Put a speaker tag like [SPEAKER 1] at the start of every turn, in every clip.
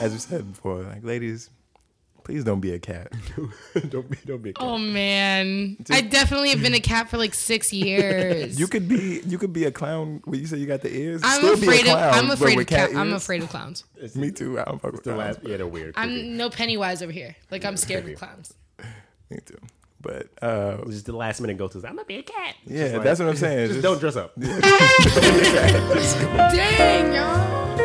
[SPEAKER 1] as we said before, like ladies, please don't be a cat. don't be don't be a cat.
[SPEAKER 2] Oh man, I definitely have been a cat for like six years.
[SPEAKER 1] You could be you could be a clown. When you say you got the ears,
[SPEAKER 2] I'm
[SPEAKER 1] still
[SPEAKER 2] afraid
[SPEAKER 1] be a clown,
[SPEAKER 2] of. I'm
[SPEAKER 1] but
[SPEAKER 2] afraid
[SPEAKER 1] with
[SPEAKER 2] of. Cat
[SPEAKER 1] cat
[SPEAKER 2] I'm
[SPEAKER 1] ears.
[SPEAKER 2] afraid of clowns.
[SPEAKER 1] Me too. I don't fuck with
[SPEAKER 3] The
[SPEAKER 1] clowns.
[SPEAKER 3] last, yeah, the weird. creepy.
[SPEAKER 2] I'm no Pennywise over here. Like I'm scared of
[SPEAKER 3] creepy.
[SPEAKER 2] clowns.
[SPEAKER 1] Me too. But uh,
[SPEAKER 3] It was just the last minute go to. I'm gonna be a cat. It's
[SPEAKER 1] yeah,
[SPEAKER 3] just like,
[SPEAKER 1] that's what I'm saying.
[SPEAKER 3] Just
[SPEAKER 1] Just-
[SPEAKER 3] don't dress up.
[SPEAKER 2] Dang, y'all.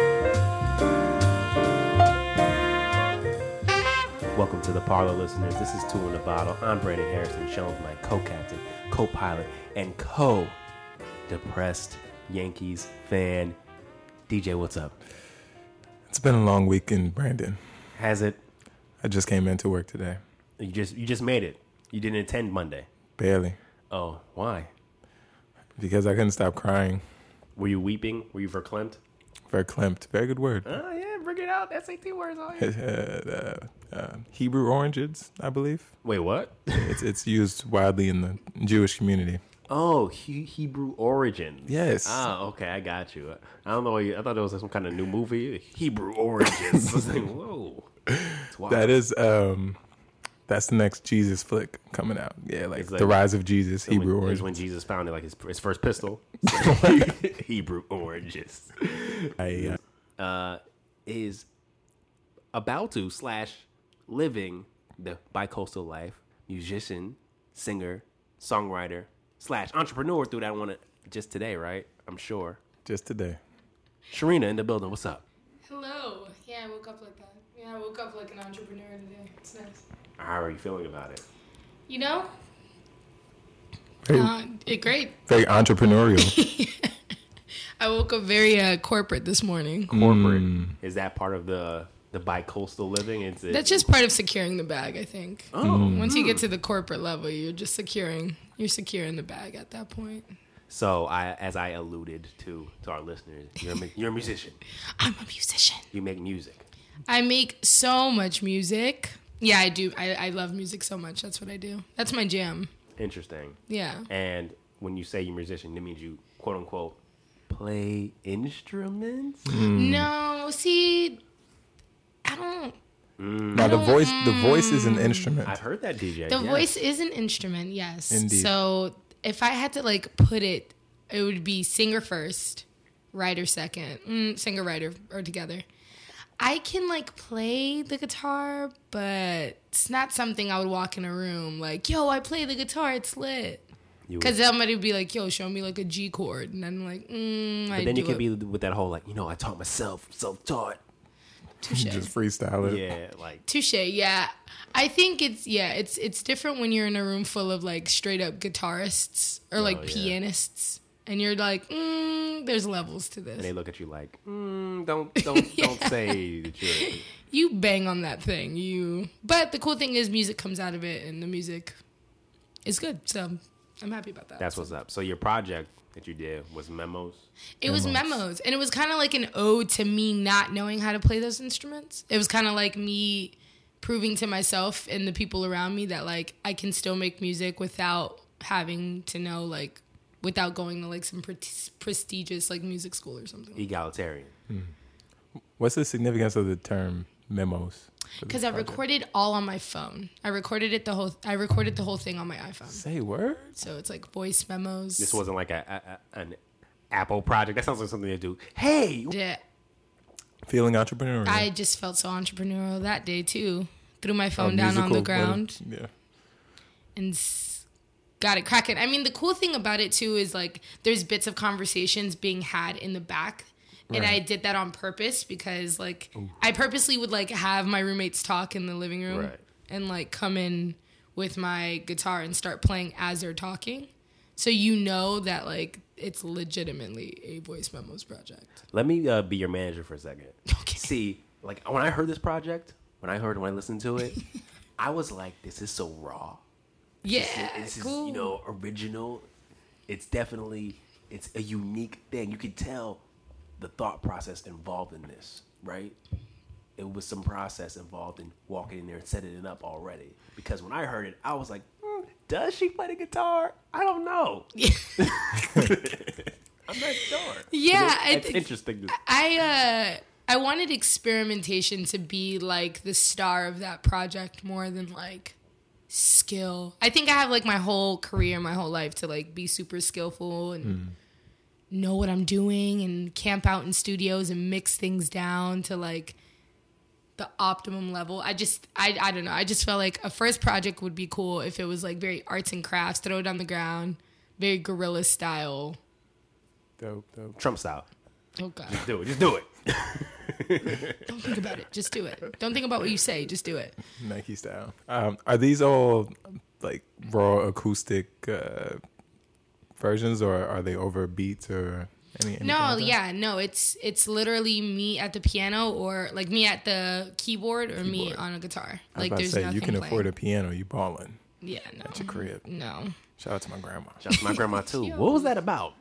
[SPEAKER 3] Welcome to the parlor, listeners. This is Two in a Bottle. I'm Brandon Harrison, Jones, my co-captain, co-pilot, and co-depressed Yankees fan. DJ, what's up?
[SPEAKER 1] it's been a long weekend, Brandon.
[SPEAKER 3] Has it?
[SPEAKER 1] I just came into work today,
[SPEAKER 3] You just you just made it. You didn't attend Monday.
[SPEAKER 1] barely,
[SPEAKER 3] Oh, why?
[SPEAKER 1] because I couldn't stop crying.
[SPEAKER 3] Were you weeping? Were you verklempt?
[SPEAKER 1] Very clamped. Very good word.
[SPEAKER 3] Oh yeah, bring it out. SAT words on you.
[SPEAKER 1] uh, uh, Hebrew oranges, I believe.
[SPEAKER 3] Wait, what?
[SPEAKER 1] It's it's used widely in the Jewish community.
[SPEAKER 3] Oh, he- Hebrew origins.
[SPEAKER 1] Yes.
[SPEAKER 3] Ah, okay, I got you. I don't know. why you- I thought it was some kind of new movie. Hebrew origins. I was like, whoa. It's wild.
[SPEAKER 1] That is um that's the next Jesus flick coming out. Yeah, like,
[SPEAKER 3] It's like-
[SPEAKER 1] the rise of Jesus,
[SPEAKER 3] When-
[SPEAKER 1] Hebrew
[SPEAKER 3] is
[SPEAKER 1] origin.
[SPEAKER 3] when Jesus founded like his, his first pistol. Hebrew origins
[SPEAKER 1] I, uh,
[SPEAKER 3] is about to slash living the bicoastal life. Musician, singer, songwriter slash entrepreneur. Through that one uh, just today, right? I'm sure.
[SPEAKER 1] just today.
[SPEAKER 3] Sharina in the building. What's up?
[SPEAKER 2] Hello. Yeah, I woke up like that. Yeah, I woke up like an entrepreneur today. It's nice.
[SPEAKER 3] How are you feeling about it?
[SPEAKER 2] You know,
[SPEAKER 1] Very,
[SPEAKER 2] uh, it great.
[SPEAKER 1] very entrepreneurial.
[SPEAKER 2] I woke up very uh, corporate this morning.
[SPEAKER 3] corporate
[SPEAKER 1] Mm.
[SPEAKER 3] is that part of the the bi-coastal living it's it,
[SPEAKER 2] That's just part of securing the bag, I think.
[SPEAKER 3] oh
[SPEAKER 2] Once you get to the corporate level, you're just securing you're securing the bag at that point.
[SPEAKER 3] so i as i alluded to to our listeners you're a, mu- you're a musician
[SPEAKER 2] I'm a musician.
[SPEAKER 3] you make music
[SPEAKER 2] I make so much music. Yeah, I do. I, I love music so much. That's what I do. That's my jam.
[SPEAKER 3] interesting
[SPEAKER 2] Yeah.
[SPEAKER 3] and when you say you're a musician that means you quote unquote play instruments
[SPEAKER 2] Mm. No, see, I don't.
[SPEAKER 1] now the voice the voice is an instrument.
[SPEAKER 3] i've heard that dj
[SPEAKER 2] The
[SPEAKER 3] yeah.
[SPEAKER 2] voice is an instrument, yes.
[SPEAKER 1] Indeed.
[SPEAKER 2] So if I had to like put it, it would be singer first, writer second, mm, singer writer or together. I can like play the guitar, but it's not something I would walk in a room like, yo, I play the guitar, it's lit.
[SPEAKER 3] You
[SPEAKER 2] Because
[SPEAKER 3] would-
[SPEAKER 2] somebody would be like, yo, show me like a G chord. And I'm like, mm, I
[SPEAKER 3] but then
[SPEAKER 2] do
[SPEAKER 3] you can
[SPEAKER 2] it.
[SPEAKER 3] be with that whole like you know i taught myself self-taught
[SPEAKER 2] Touche.
[SPEAKER 1] just freestyle it.
[SPEAKER 3] yeah like
[SPEAKER 2] Touche, yeah. I think it's yeah, it's it's different when you're in a room full of like straight up guitarists or like
[SPEAKER 3] yeah.
[SPEAKER 2] pianists, and you're like, mm, there's levels to
[SPEAKER 3] and they
[SPEAKER 2] this.
[SPEAKER 3] look at you like mm, don't don't don't say that you're
[SPEAKER 2] You bang on that thing, you. But the cool thing is, music comes out of it, and the music is good. So I'm happy about that.
[SPEAKER 3] that's what's up so your project that you did was memos
[SPEAKER 2] It was memos, and it was kind of like an ode to me not knowing how to play those instruments. It was kind of like me proving to myself and the people around me that like I can still make music without having to know like without going to like some pre- prestigious like music school or
[SPEAKER 3] Mm,
[SPEAKER 2] something.
[SPEAKER 3] egalitarian
[SPEAKER 1] What's the significance of the term memos? for this
[SPEAKER 2] Because I
[SPEAKER 1] project?
[SPEAKER 2] recorded all on my phone. I recorded it the whole. I recorded the whole thing on my iPhone.
[SPEAKER 1] Say words.
[SPEAKER 2] So it's like voice memos.
[SPEAKER 3] This wasn't like a, a, a an Apple project. That sounds like something they do. Hey,
[SPEAKER 2] Yeah,
[SPEAKER 1] Feeling entrepreneurial.
[SPEAKER 2] I just felt so entrepreneurial that day too. Threw my
[SPEAKER 1] A
[SPEAKER 2] phone down on the
[SPEAKER 1] Oh, musical-
[SPEAKER 2] ground.
[SPEAKER 1] Yeah.
[SPEAKER 2] and s- got it cracking. I mean, the cool thing about it too is like there's bits of conversations being had in the back. And I did that on purpose because like I purposely would like have my roommates talk in the living room
[SPEAKER 3] Right.
[SPEAKER 2] and like come in with my guitar and start playing as they're talking. So you know that like it's legitimately a voice memos project.
[SPEAKER 3] let me uh, be your manager for a second.
[SPEAKER 2] Okay.
[SPEAKER 3] See, like when I heard this project, when I heard when I listened to it, I was like, this is so raw.
[SPEAKER 2] Yeah,
[SPEAKER 3] This is
[SPEAKER 2] cool.
[SPEAKER 3] you know original. It's definitely it's a unique thing. You could tell the thought process involved in this, right? It was some process involved in walking in there and setting it up already. Because when I heard it, I was like, "Hmm, "Does she play the guitar? I don't know. I'm not sure."
[SPEAKER 2] yeah, I
[SPEAKER 3] it's
[SPEAKER 2] think-
[SPEAKER 3] interesting. to-
[SPEAKER 2] I uh I wanted experimentation to be like the star of that project more than like skill. I think I have like my whole career, my whole life to like be super skillful and know what I'm doing and camp out in studios and mix things down to like the optimum level. I just I I don't know. I just felt like a first project would be cool if it was like very arts and crafts, throw it on the ground, very guerrilla style.
[SPEAKER 1] Dope, dope.
[SPEAKER 3] Trump style.
[SPEAKER 2] Oh god.
[SPEAKER 3] Do it. Just do it.
[SPEAKER 2] Don't think about it. Just do it. Don't think about what you say. Just do it.
[SPEAKER 1] Nike style. Um, are these all like raw acoustic uh, versions, or are they over beats or any? anything
[SPEAKER 2] No,
[SPEAKER 1] like that?
[SPEAKER 2] yeah, no. It's it's literally me at the piano or like me at the keyboard or me
[SPEAKER 1] Keyboard.
[SPEAKER 2] on a guitar.
[SPEAKER 1] I was
[SPEAKER 2] Like Mm-hmm.
[SPEAKER 1] about to
[SPEAKER 2] there's
[SPEAKER 1] say
[SPEAKER 2] nothing
[SPEAKER 1] you can afford a
[SPEAKER 2] it.
[SPEAKER 1] piano. You balling
[SPEAKER 2] Yeah,
[SPEAKER 1] at your
[SPEAKER 2] no,
[SPEAKER 1] crib.
[SPEAKER 2] no.
[SPEAKER 1] Shout out to my grandma.
[SPEAKER 3] Shout out to my grandma too. What was that about?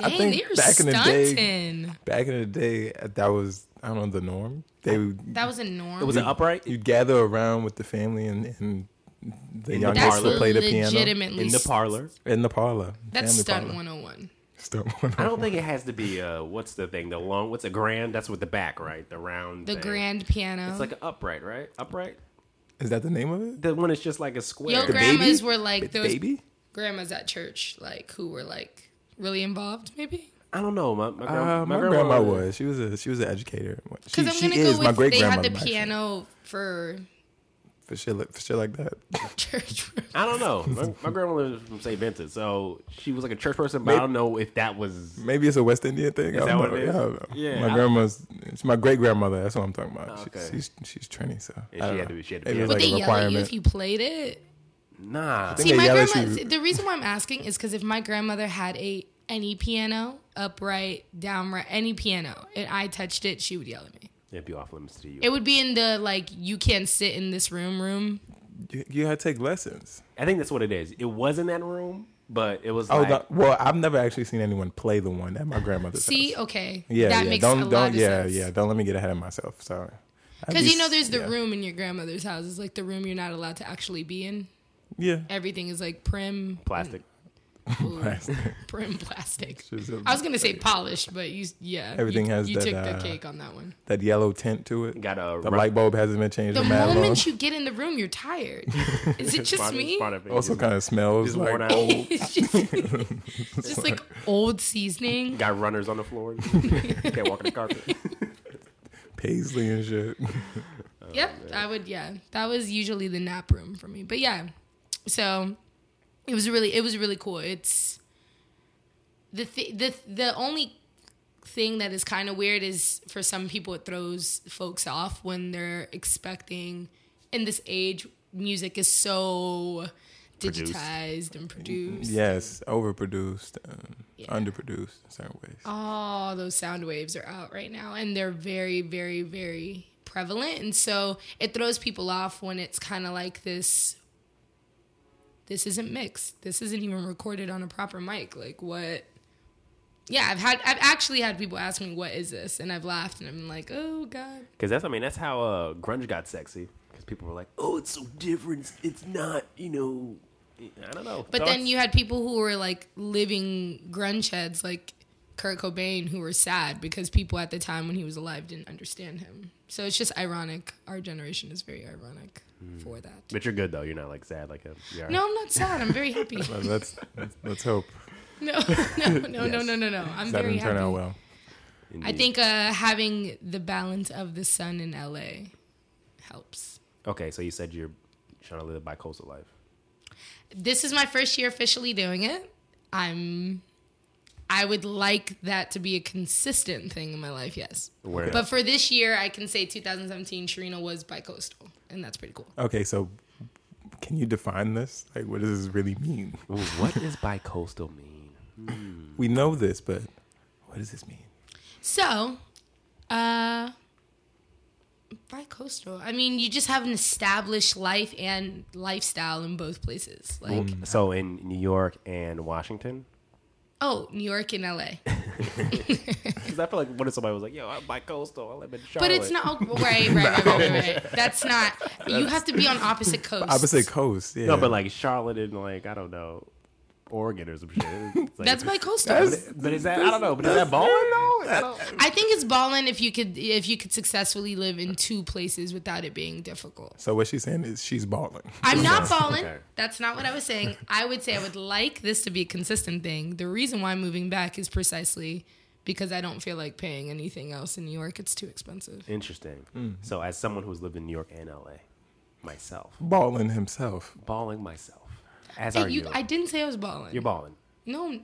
[SPEAKER 1] I
[SPEAKER 2] Dang,
[SPEAKER 1] think
[SPEAKER 2] they're
[SPEAKER 1] back in the day-
[SPEAKER 2] stunting.
[SPEAKER 1] Back in the day, that was I don't know the norm. They would-
[SPEAKER 2] that was a norm.
[SPEAKER 3] It was an upright
[SPEAKER 1] you'd gather around with the family and, and the
[SPEAKER 3] In the
[SPEAKER 1] youngest
[SPEAKER 2] That's
[SPEAKER 1] would
[SPEAKER 3] parlor.
[SPEAKER 1] play the piano
[SPEAKER 2] legitimately
[SPEAKER 3] in the
[SPEAKER 2] st-
[SPEAKER 3] parlor.
[SPEAKER 1] in the parlor. family
[SPEAKER 2] That's stunt
[SPEAKER 1] parlor.
[SPEAKER 2] 101.
[SPEAKER 1] Stunt one.
[SPEAKER 3] I don't think it has to be uh what's the thing? The long what's a grand? That's with the back, right? The round
[SPEAKER 2] The
[SPEAKER 3] thing.
[SPEAKER 2] grand piano.
[SPEAKER 3] It's like an upright, right? Upright?
[SPEAKER 1] Is that the name of it?
[SPEAKER 3] The one that's just like a square.
[SPEAKER 2] Yo,
[SPEAKER 1] The
[SPEAKER 2] grandmas
[SPEAKER 1] baby?
[SPEAKER 2] were like those
[SPEAKER 1] Baby.
[SPEAKER 2] grandmas at church, like who were like really involved, maybe.
[SPEAKER 3] I don't know. My my, gran-
[SPEAKER 1] Uh,
[SPEAKER 3] my
[SPEAKER 1] my grandma, was. She was a she was an educator. She,
[SPEAKER 2] Because I'm
[SPEAKER 1] she
[SPEAKER 2] gonna
[SPEAKER 1] is
[SPEAKER 2] go
[SPEAKER 1] my
[SPEAKER 2] with
[SPEAKER 1] great
[SPEAKER 2] they had the
[SPEAKER 1] grandmother
[SPEAKER 2] piano for
[SPEAKER 1] for shit like, for shit like that.
[SPEAKER 2] church.
[SPEAKER 3] I don't know. My, my grandmother was from St. Vincent, so she was like a church person, but I don't know if that was.
[SPEAKER 1] Maybe it's a West Indian thing. I
[SPEAKER 3] that
[SPEAKER 1] don't
[SPEAKER 3] what
[SPEAKER 1] know.
[SPEAKER 3] it is?
[SPEAKER 1] Yeah, I don't know.
[SPEAKER 3] Yeah,
[SPEAKER 1] my
[SPEAKER 3] I-
[SPEAKER 1] grandma's it's my great grandmother. That's what I'm talking about.
[SPEAKER 3] Okay.
[SPEAKER 1] She, she's she's Trini, so
[SPEAKER 3] Yeah,
[SPEAKER 1] I
[SPEAKER 3] she
[SPEAKER 1] don't
[SPEAKER 3] had
[SPEAKER 1] know.
[SPEAKER 3] to be- she had to
[SPEAKER 1] Maybe it
[SPEAKER 3] be
[SPEAKER 1] was
[SPEAKER 2] But
[SPEAKER 1] like
[SPEAKER 2] they
[SPEAKER 1] a
[SPEAKER 2] yell at you if
[SPEAKER 1] requirement.
[SPEAKER 2] you played it.
[SPEAKER 3] Nah.
[SPEAKER 1] think
[SPEAKER 2] See,
[SPEAKER 1] they
[SPEAKER 2] my
[SPEAKER 1] yell at
[SPEAKER 2] grandma.
[SPEAKER 1] you.
[SPEAKER 2] The reason why I'm asking is because if my grandmother had a any piano, upright, downright, any piano, and I touched it, she would yell at me.
[SPEAKER 3] It'd be off limits to you.
[SPEAKER 2] It would be in the like you can't sit in this room room.
[SPEAKER 1] You, you had to take lessons.
[SPEAKER 3] I think that's what it is. It was in that room, but it was
[SPEAKER 1] Oh,
[SPEAKER 3] like.
[SPEAKER 1] the- well, I've never actually seen anyone play the one at my grandmother's.
[SPEAKER 2] See,
[SPEAKER 1] house.
[SPEAKER 2] okay,
[SPEAKER 1] yeah,
[SPEAKER 2] that
[SPEAKER 1] yeah.
[SPEAKER 2] makes
[SPEAKER 1] don't
[SPEAKER 2] a
[SPEAKER 1] don't
[SPEAKER 2] lot of
[SPEAKER 1] yeah
[SPEAKER 2] sense.
[SPEAKER 1] yeah. Don't let me get ahead of myself. Sorry. I'd
[SPEAKER 2] Because
[SPEAKER 1] be
[SPEAKER 2] you know, there's the
[SPEAKER 1] yeah.
[SPEAKER 2] room in your grandmother's house. It's like the room you're not allowed to actually be in.
[SPEAKER 1] Yeah.
[SPEAKER 2] Everything is like prim,
[SPEAKER 3] Plastic.
[SPEAKER 2] ooh,
[SPEAKER 1] Plastic.
[SPEAKER 2] prim plastic.
[SPEAKER 1] She's a-
[SPEAKER 2] I was gonna say polished, but you, yeah,
[SPEAKER 1] Everything
[SPEAKER 2] you,
[SPEAKER 1] has
[SPEAKER 2] you
[SPEAKER 1] that,
[SPEAKER 2] took the
[SPEAKER 1] uh,
[SPEAKER 2] cake on that one.
[SPEAKER 1] that yellow tint to it.
[SPEAKER 3] Got a
[SPEAKER 1] the
[SPEAKER 3] ru-
[SPEAKER 1] light bulb hasn't been changed
[SPEAKER 2] The
[SPEAKER 1] in mad long.
[SPEAKER 2] moment you get in the room, you're tired. Is it just
[SPEAKER 3] Part of-
[SPEAKER 2] me?
[SPEAKER 3] part of it.
[SPEAKER 1] Also,
[SPEAKER 3] Just-
[SPEAKER 1] kind of smells
[SPEAKER 3] just
[SPEAKER 1] like
[SPEAKER 3] worn out.
[SPEAKER 1] old.
[SPEAKER 2] It's just, it's just like old seasoning.
[SPEAKER 3] Got runners on the floor. Can't walk on the carpet.
[SPEAKER 1] paisley and shit.
[SPEAKER 2] Yep, I would. Yeah, that was usually the nap room for me. But yeah, so it was really, it was really cool. It's the th- the the only thing that is kind of weird is for some people it throws folks off when they're expecting in this age music is so
[SPEAKER 3] Produced.
[SPEAKER 2] digitized and produced.
[SPEAKER 1] yes, overproduced, um,
[SPEAKER 2] Yeah. Oh.
[SPEAKER 1] underproduced in certain ways.
[SPEAKER 2] all those sound waves are out right now and they're very very very prevalent and so it throws people off when it's kind of like this this isn't mixed this isn't even recorded on a proper mic like what yeah i've had i've actually had people ask me what is this and i've laughed and i'm like oh god
[SPEAKER 3] Because that's, I mean, that's how uh, grunge got sexy. Because people were like, oh, it's so different. It's- It's not, you know. I don't know.
[SPEAKER 2] But then you had people who were like living grunge heads, like Kurt Cobain, who were sad because people at the time when he was alive didn't understand him. So it's just ironic. Our generation is very ironic
[SPEAKER 1] Hmm.
[SPEAKER 2] for that.
[SPEAKER 3] But you're good, though. You're not like sad like him. You are.
[SPEAKER 2] No, I'm not sad. I'm very happy.
[SPEAKER 1] Well, let's, let's let's hope
[SPEAKER 2] No, no, no, no, no, no, no. I'm
[SPEAKER 1] that
[SPEAKER 2] very
[SPEAKER 1] didn't turn out
[SPEAKER 2] happy.
[SPEAKER 1] well.
[SPEAKER 2] I think uh, having the balance of the sun in LA helps.
[SPEAKER 3] Okay, so you said you're trying to live by coastal life.
[SPEAKER 2] this is my first year officially doing it. I'm I would like that to be a consistent thing in my life, yes.
[SPEAKER 3] Word
[SPEAKER 2] But for this year, I can say 2017 Sharina was bicoastal, and that's pretty cool.
[SPEAKER 1] Okay, so can you define this? Like, what does this really mean?
[SPEAKER 3] Ooh, what does bicoastal mean?
[SPEAKER 1] We know this, but what does this mean?
[SPEAKER 2] So, uh bicoastal. I mean, you just have an established life and lifestyle in both places. Like,
[SPEAKER 3] So in New York and Washington?
[SPEAKER 2] oh, New York and LA.
[SPEAKER 3] Because I feel like what if somebody was like, yo, I'm bicoastal. I live in Charlotte.
[SPEAKER 2] But it's not oh, right, right, right, right, right, right. That's not. You have to be on opposite coasts.
[SPEAKER 1] Opposite coast. Yeah.
[SPEAKER 3] No, but like Charlotte and like, I don't know.
[SPEAKER 4] organ or some shit. It's like-
[SPEAKER 2] That's my co-star.
[SPEAKER 4] But, but is that I don't know. But is that balling though? I don't-
[SPEAKER 2] I think it's ballin' if you could if you could successfully live in two places without it being difficult.
[SPEAKER 1] So what she's saying is she's balling.
[SPEAKER 2] I'm not ballin'.
[SPEAKER 4] Okay.
[SPEAKER 2] That's not what I was saying. I would say I would like this to be a consistent thing. The reason why I'm moving back is precisely because I don't feel like paying anything else in New York. It's too expensive.
[SPEAKER 4] Interesting.
[SPEAKER 3] So, as someone who's lived in New York and LA, myself,
[SPEAKER 1] Balling himself.
[SPEAKER 3] balling myself,
[SPEAKER 4] As
[SPEAKER 2] Hey,
[SPEAKER 4] are
[SPEAKER 2] you-
[SPEAKER 4] you.
[SPEAKER 2] I didn't say I was ballin'.
[SPEAKER 3] you're balling.
[SPEAKER 2] no,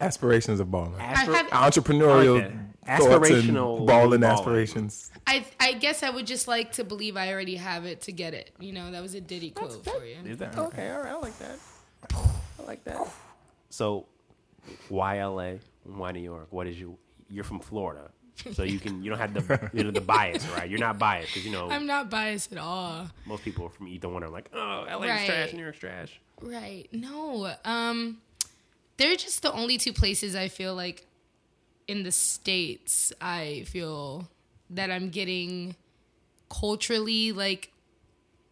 [SPEAKER 1] Aspirations of balling.
[SPEAKER 2] I have
[SPEAKER 1] Entrepreneurial
[SPEAKER 3] I like that.
[SPEAKER 1] thoughts and
[SPEAKER 3] Aspirational
[SPEAKER 1] balling
[SPEAKER 3] balling.
[SPEAKER 1] aspirations.
[SPEAKER 2] I I guess I would just like to believe I already have it to get it. You know, that was a Diddy quote for you.
[SPEAKER 3] Is that
[SPEAKER 4] okay, all right, I like that.
[SPEAKER 3] I like that? So, why LA? Why New York? What is you? You're from Florida, so you can you don't have the you know the bias, right? You're not biased because you know
[SPEAKER 2] I'm not biased at all.
[SPEAKER 3] most people from either one are like, oh, LA
[SPEAKER 2] Right.
[SPEAKER 3] is trash, New York's trash.
[SPEAKER 2] Right. No. Um they're just the only two places I feel like in the states I feel that I'm getting culturally like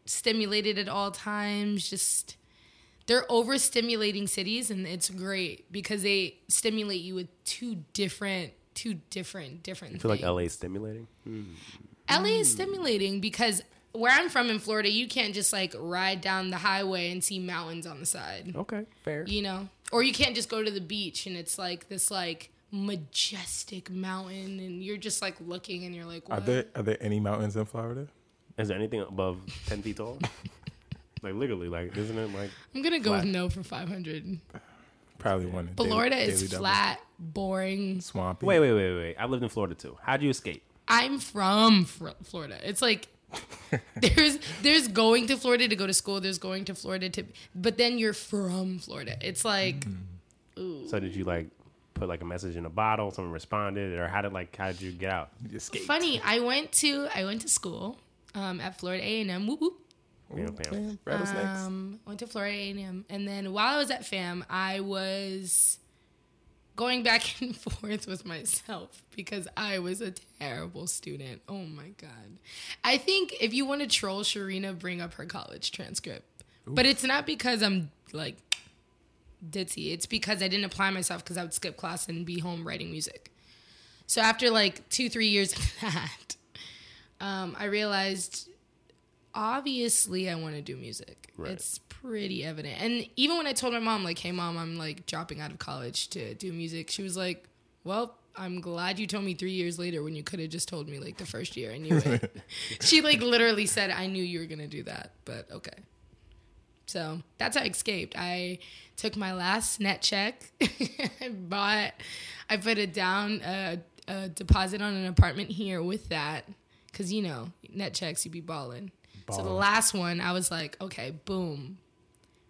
[SPEAKER 2] stimulated at all times just they're overstimulating cities and it's great because they stimulate you with two different two different different
[SPEAKER 3] I feel like Hmm.
[SPEAKER 2] things.
[SPEAKER 3] LA is stimulating.
[SPEAKER 2] LA is stimulating because where I'm from in Florida, you can't just like ride down the highway and see mountains on the side,
[SPEAKER 3] Okay, fair.
[SPEAKER 2] you know? Or you can't just go to the beach and it's like this like majestic mountain and you're just like looking and you're like,
[SPEAKER 1] Are
[SPEAKER 2] what?
[SPEAKER 1] there are there any mountains in Florida?
[SPEAKER 3] Is there anything above ten feet tall? like literally, like isn't it like
[SPEAKER 2] I'm going to go
[SPEAKER 3] flat.
[SPEAKER 2] with no for 500.
[SPEAKER 1] Probably one. in Daily-
[SPEAKER 2] Florida is
[SPEAKER 1] Daily Double.
[SPEAKER 2] flat, boring.
[SPEAKER 1] swampy.
[SPEAKER 3] Wait, wait, wait, wait. I lived in Florida too. How'd you escape?
[SPEAKER 2] I'm from Fro- Florida. It's like there's there's going to Florida to go to school, there's going to Florida to but then you're from Florida. It's like
[SPEAKER 1] Mm.
[SPEAKER 3] So did you like put like a message in a bottle? Someone responded, or how did like how did you get out?
[SPEAKER 1] You escaped.
[SPEAKER 2] funny i went to i went to school um, at florida a&m whoop, whoop.
[SPEAKER 3] Bam, bam.
[SPEAKER 1] Yeah, rattlesnakes.
[SPEAKER 2] Um, went to florida a&m and then while i was at fam i was going back and forth with myself because i was a terrible student oh my god i think if you want to troll sharina bring up her college transcript but it's not because i'm like ditzy it's because i didn't apply myself because i would skip class and be home writing music so after like two three years of that um, I realized obviously I want to do music.
[SPEAKER 3] Right.
[SPEAKER 2] It's pretty evident. And even when I told my mom, like, hey, mom, I'm like dropping out of college to do music, she was like, well, I'm glad you told me three years later when you could have just told me like the first year I knew it. she like literally said, I knew you were going to do that, but okay. So that's how I escaped. I took my last net check. I bought, I put a down a, a deposit on an apartment here with that, because you know net checks you be balling. So the
[SPEAKER 1] Ballin'.
[SPEAKER 2] last one, I was like, okay, boom,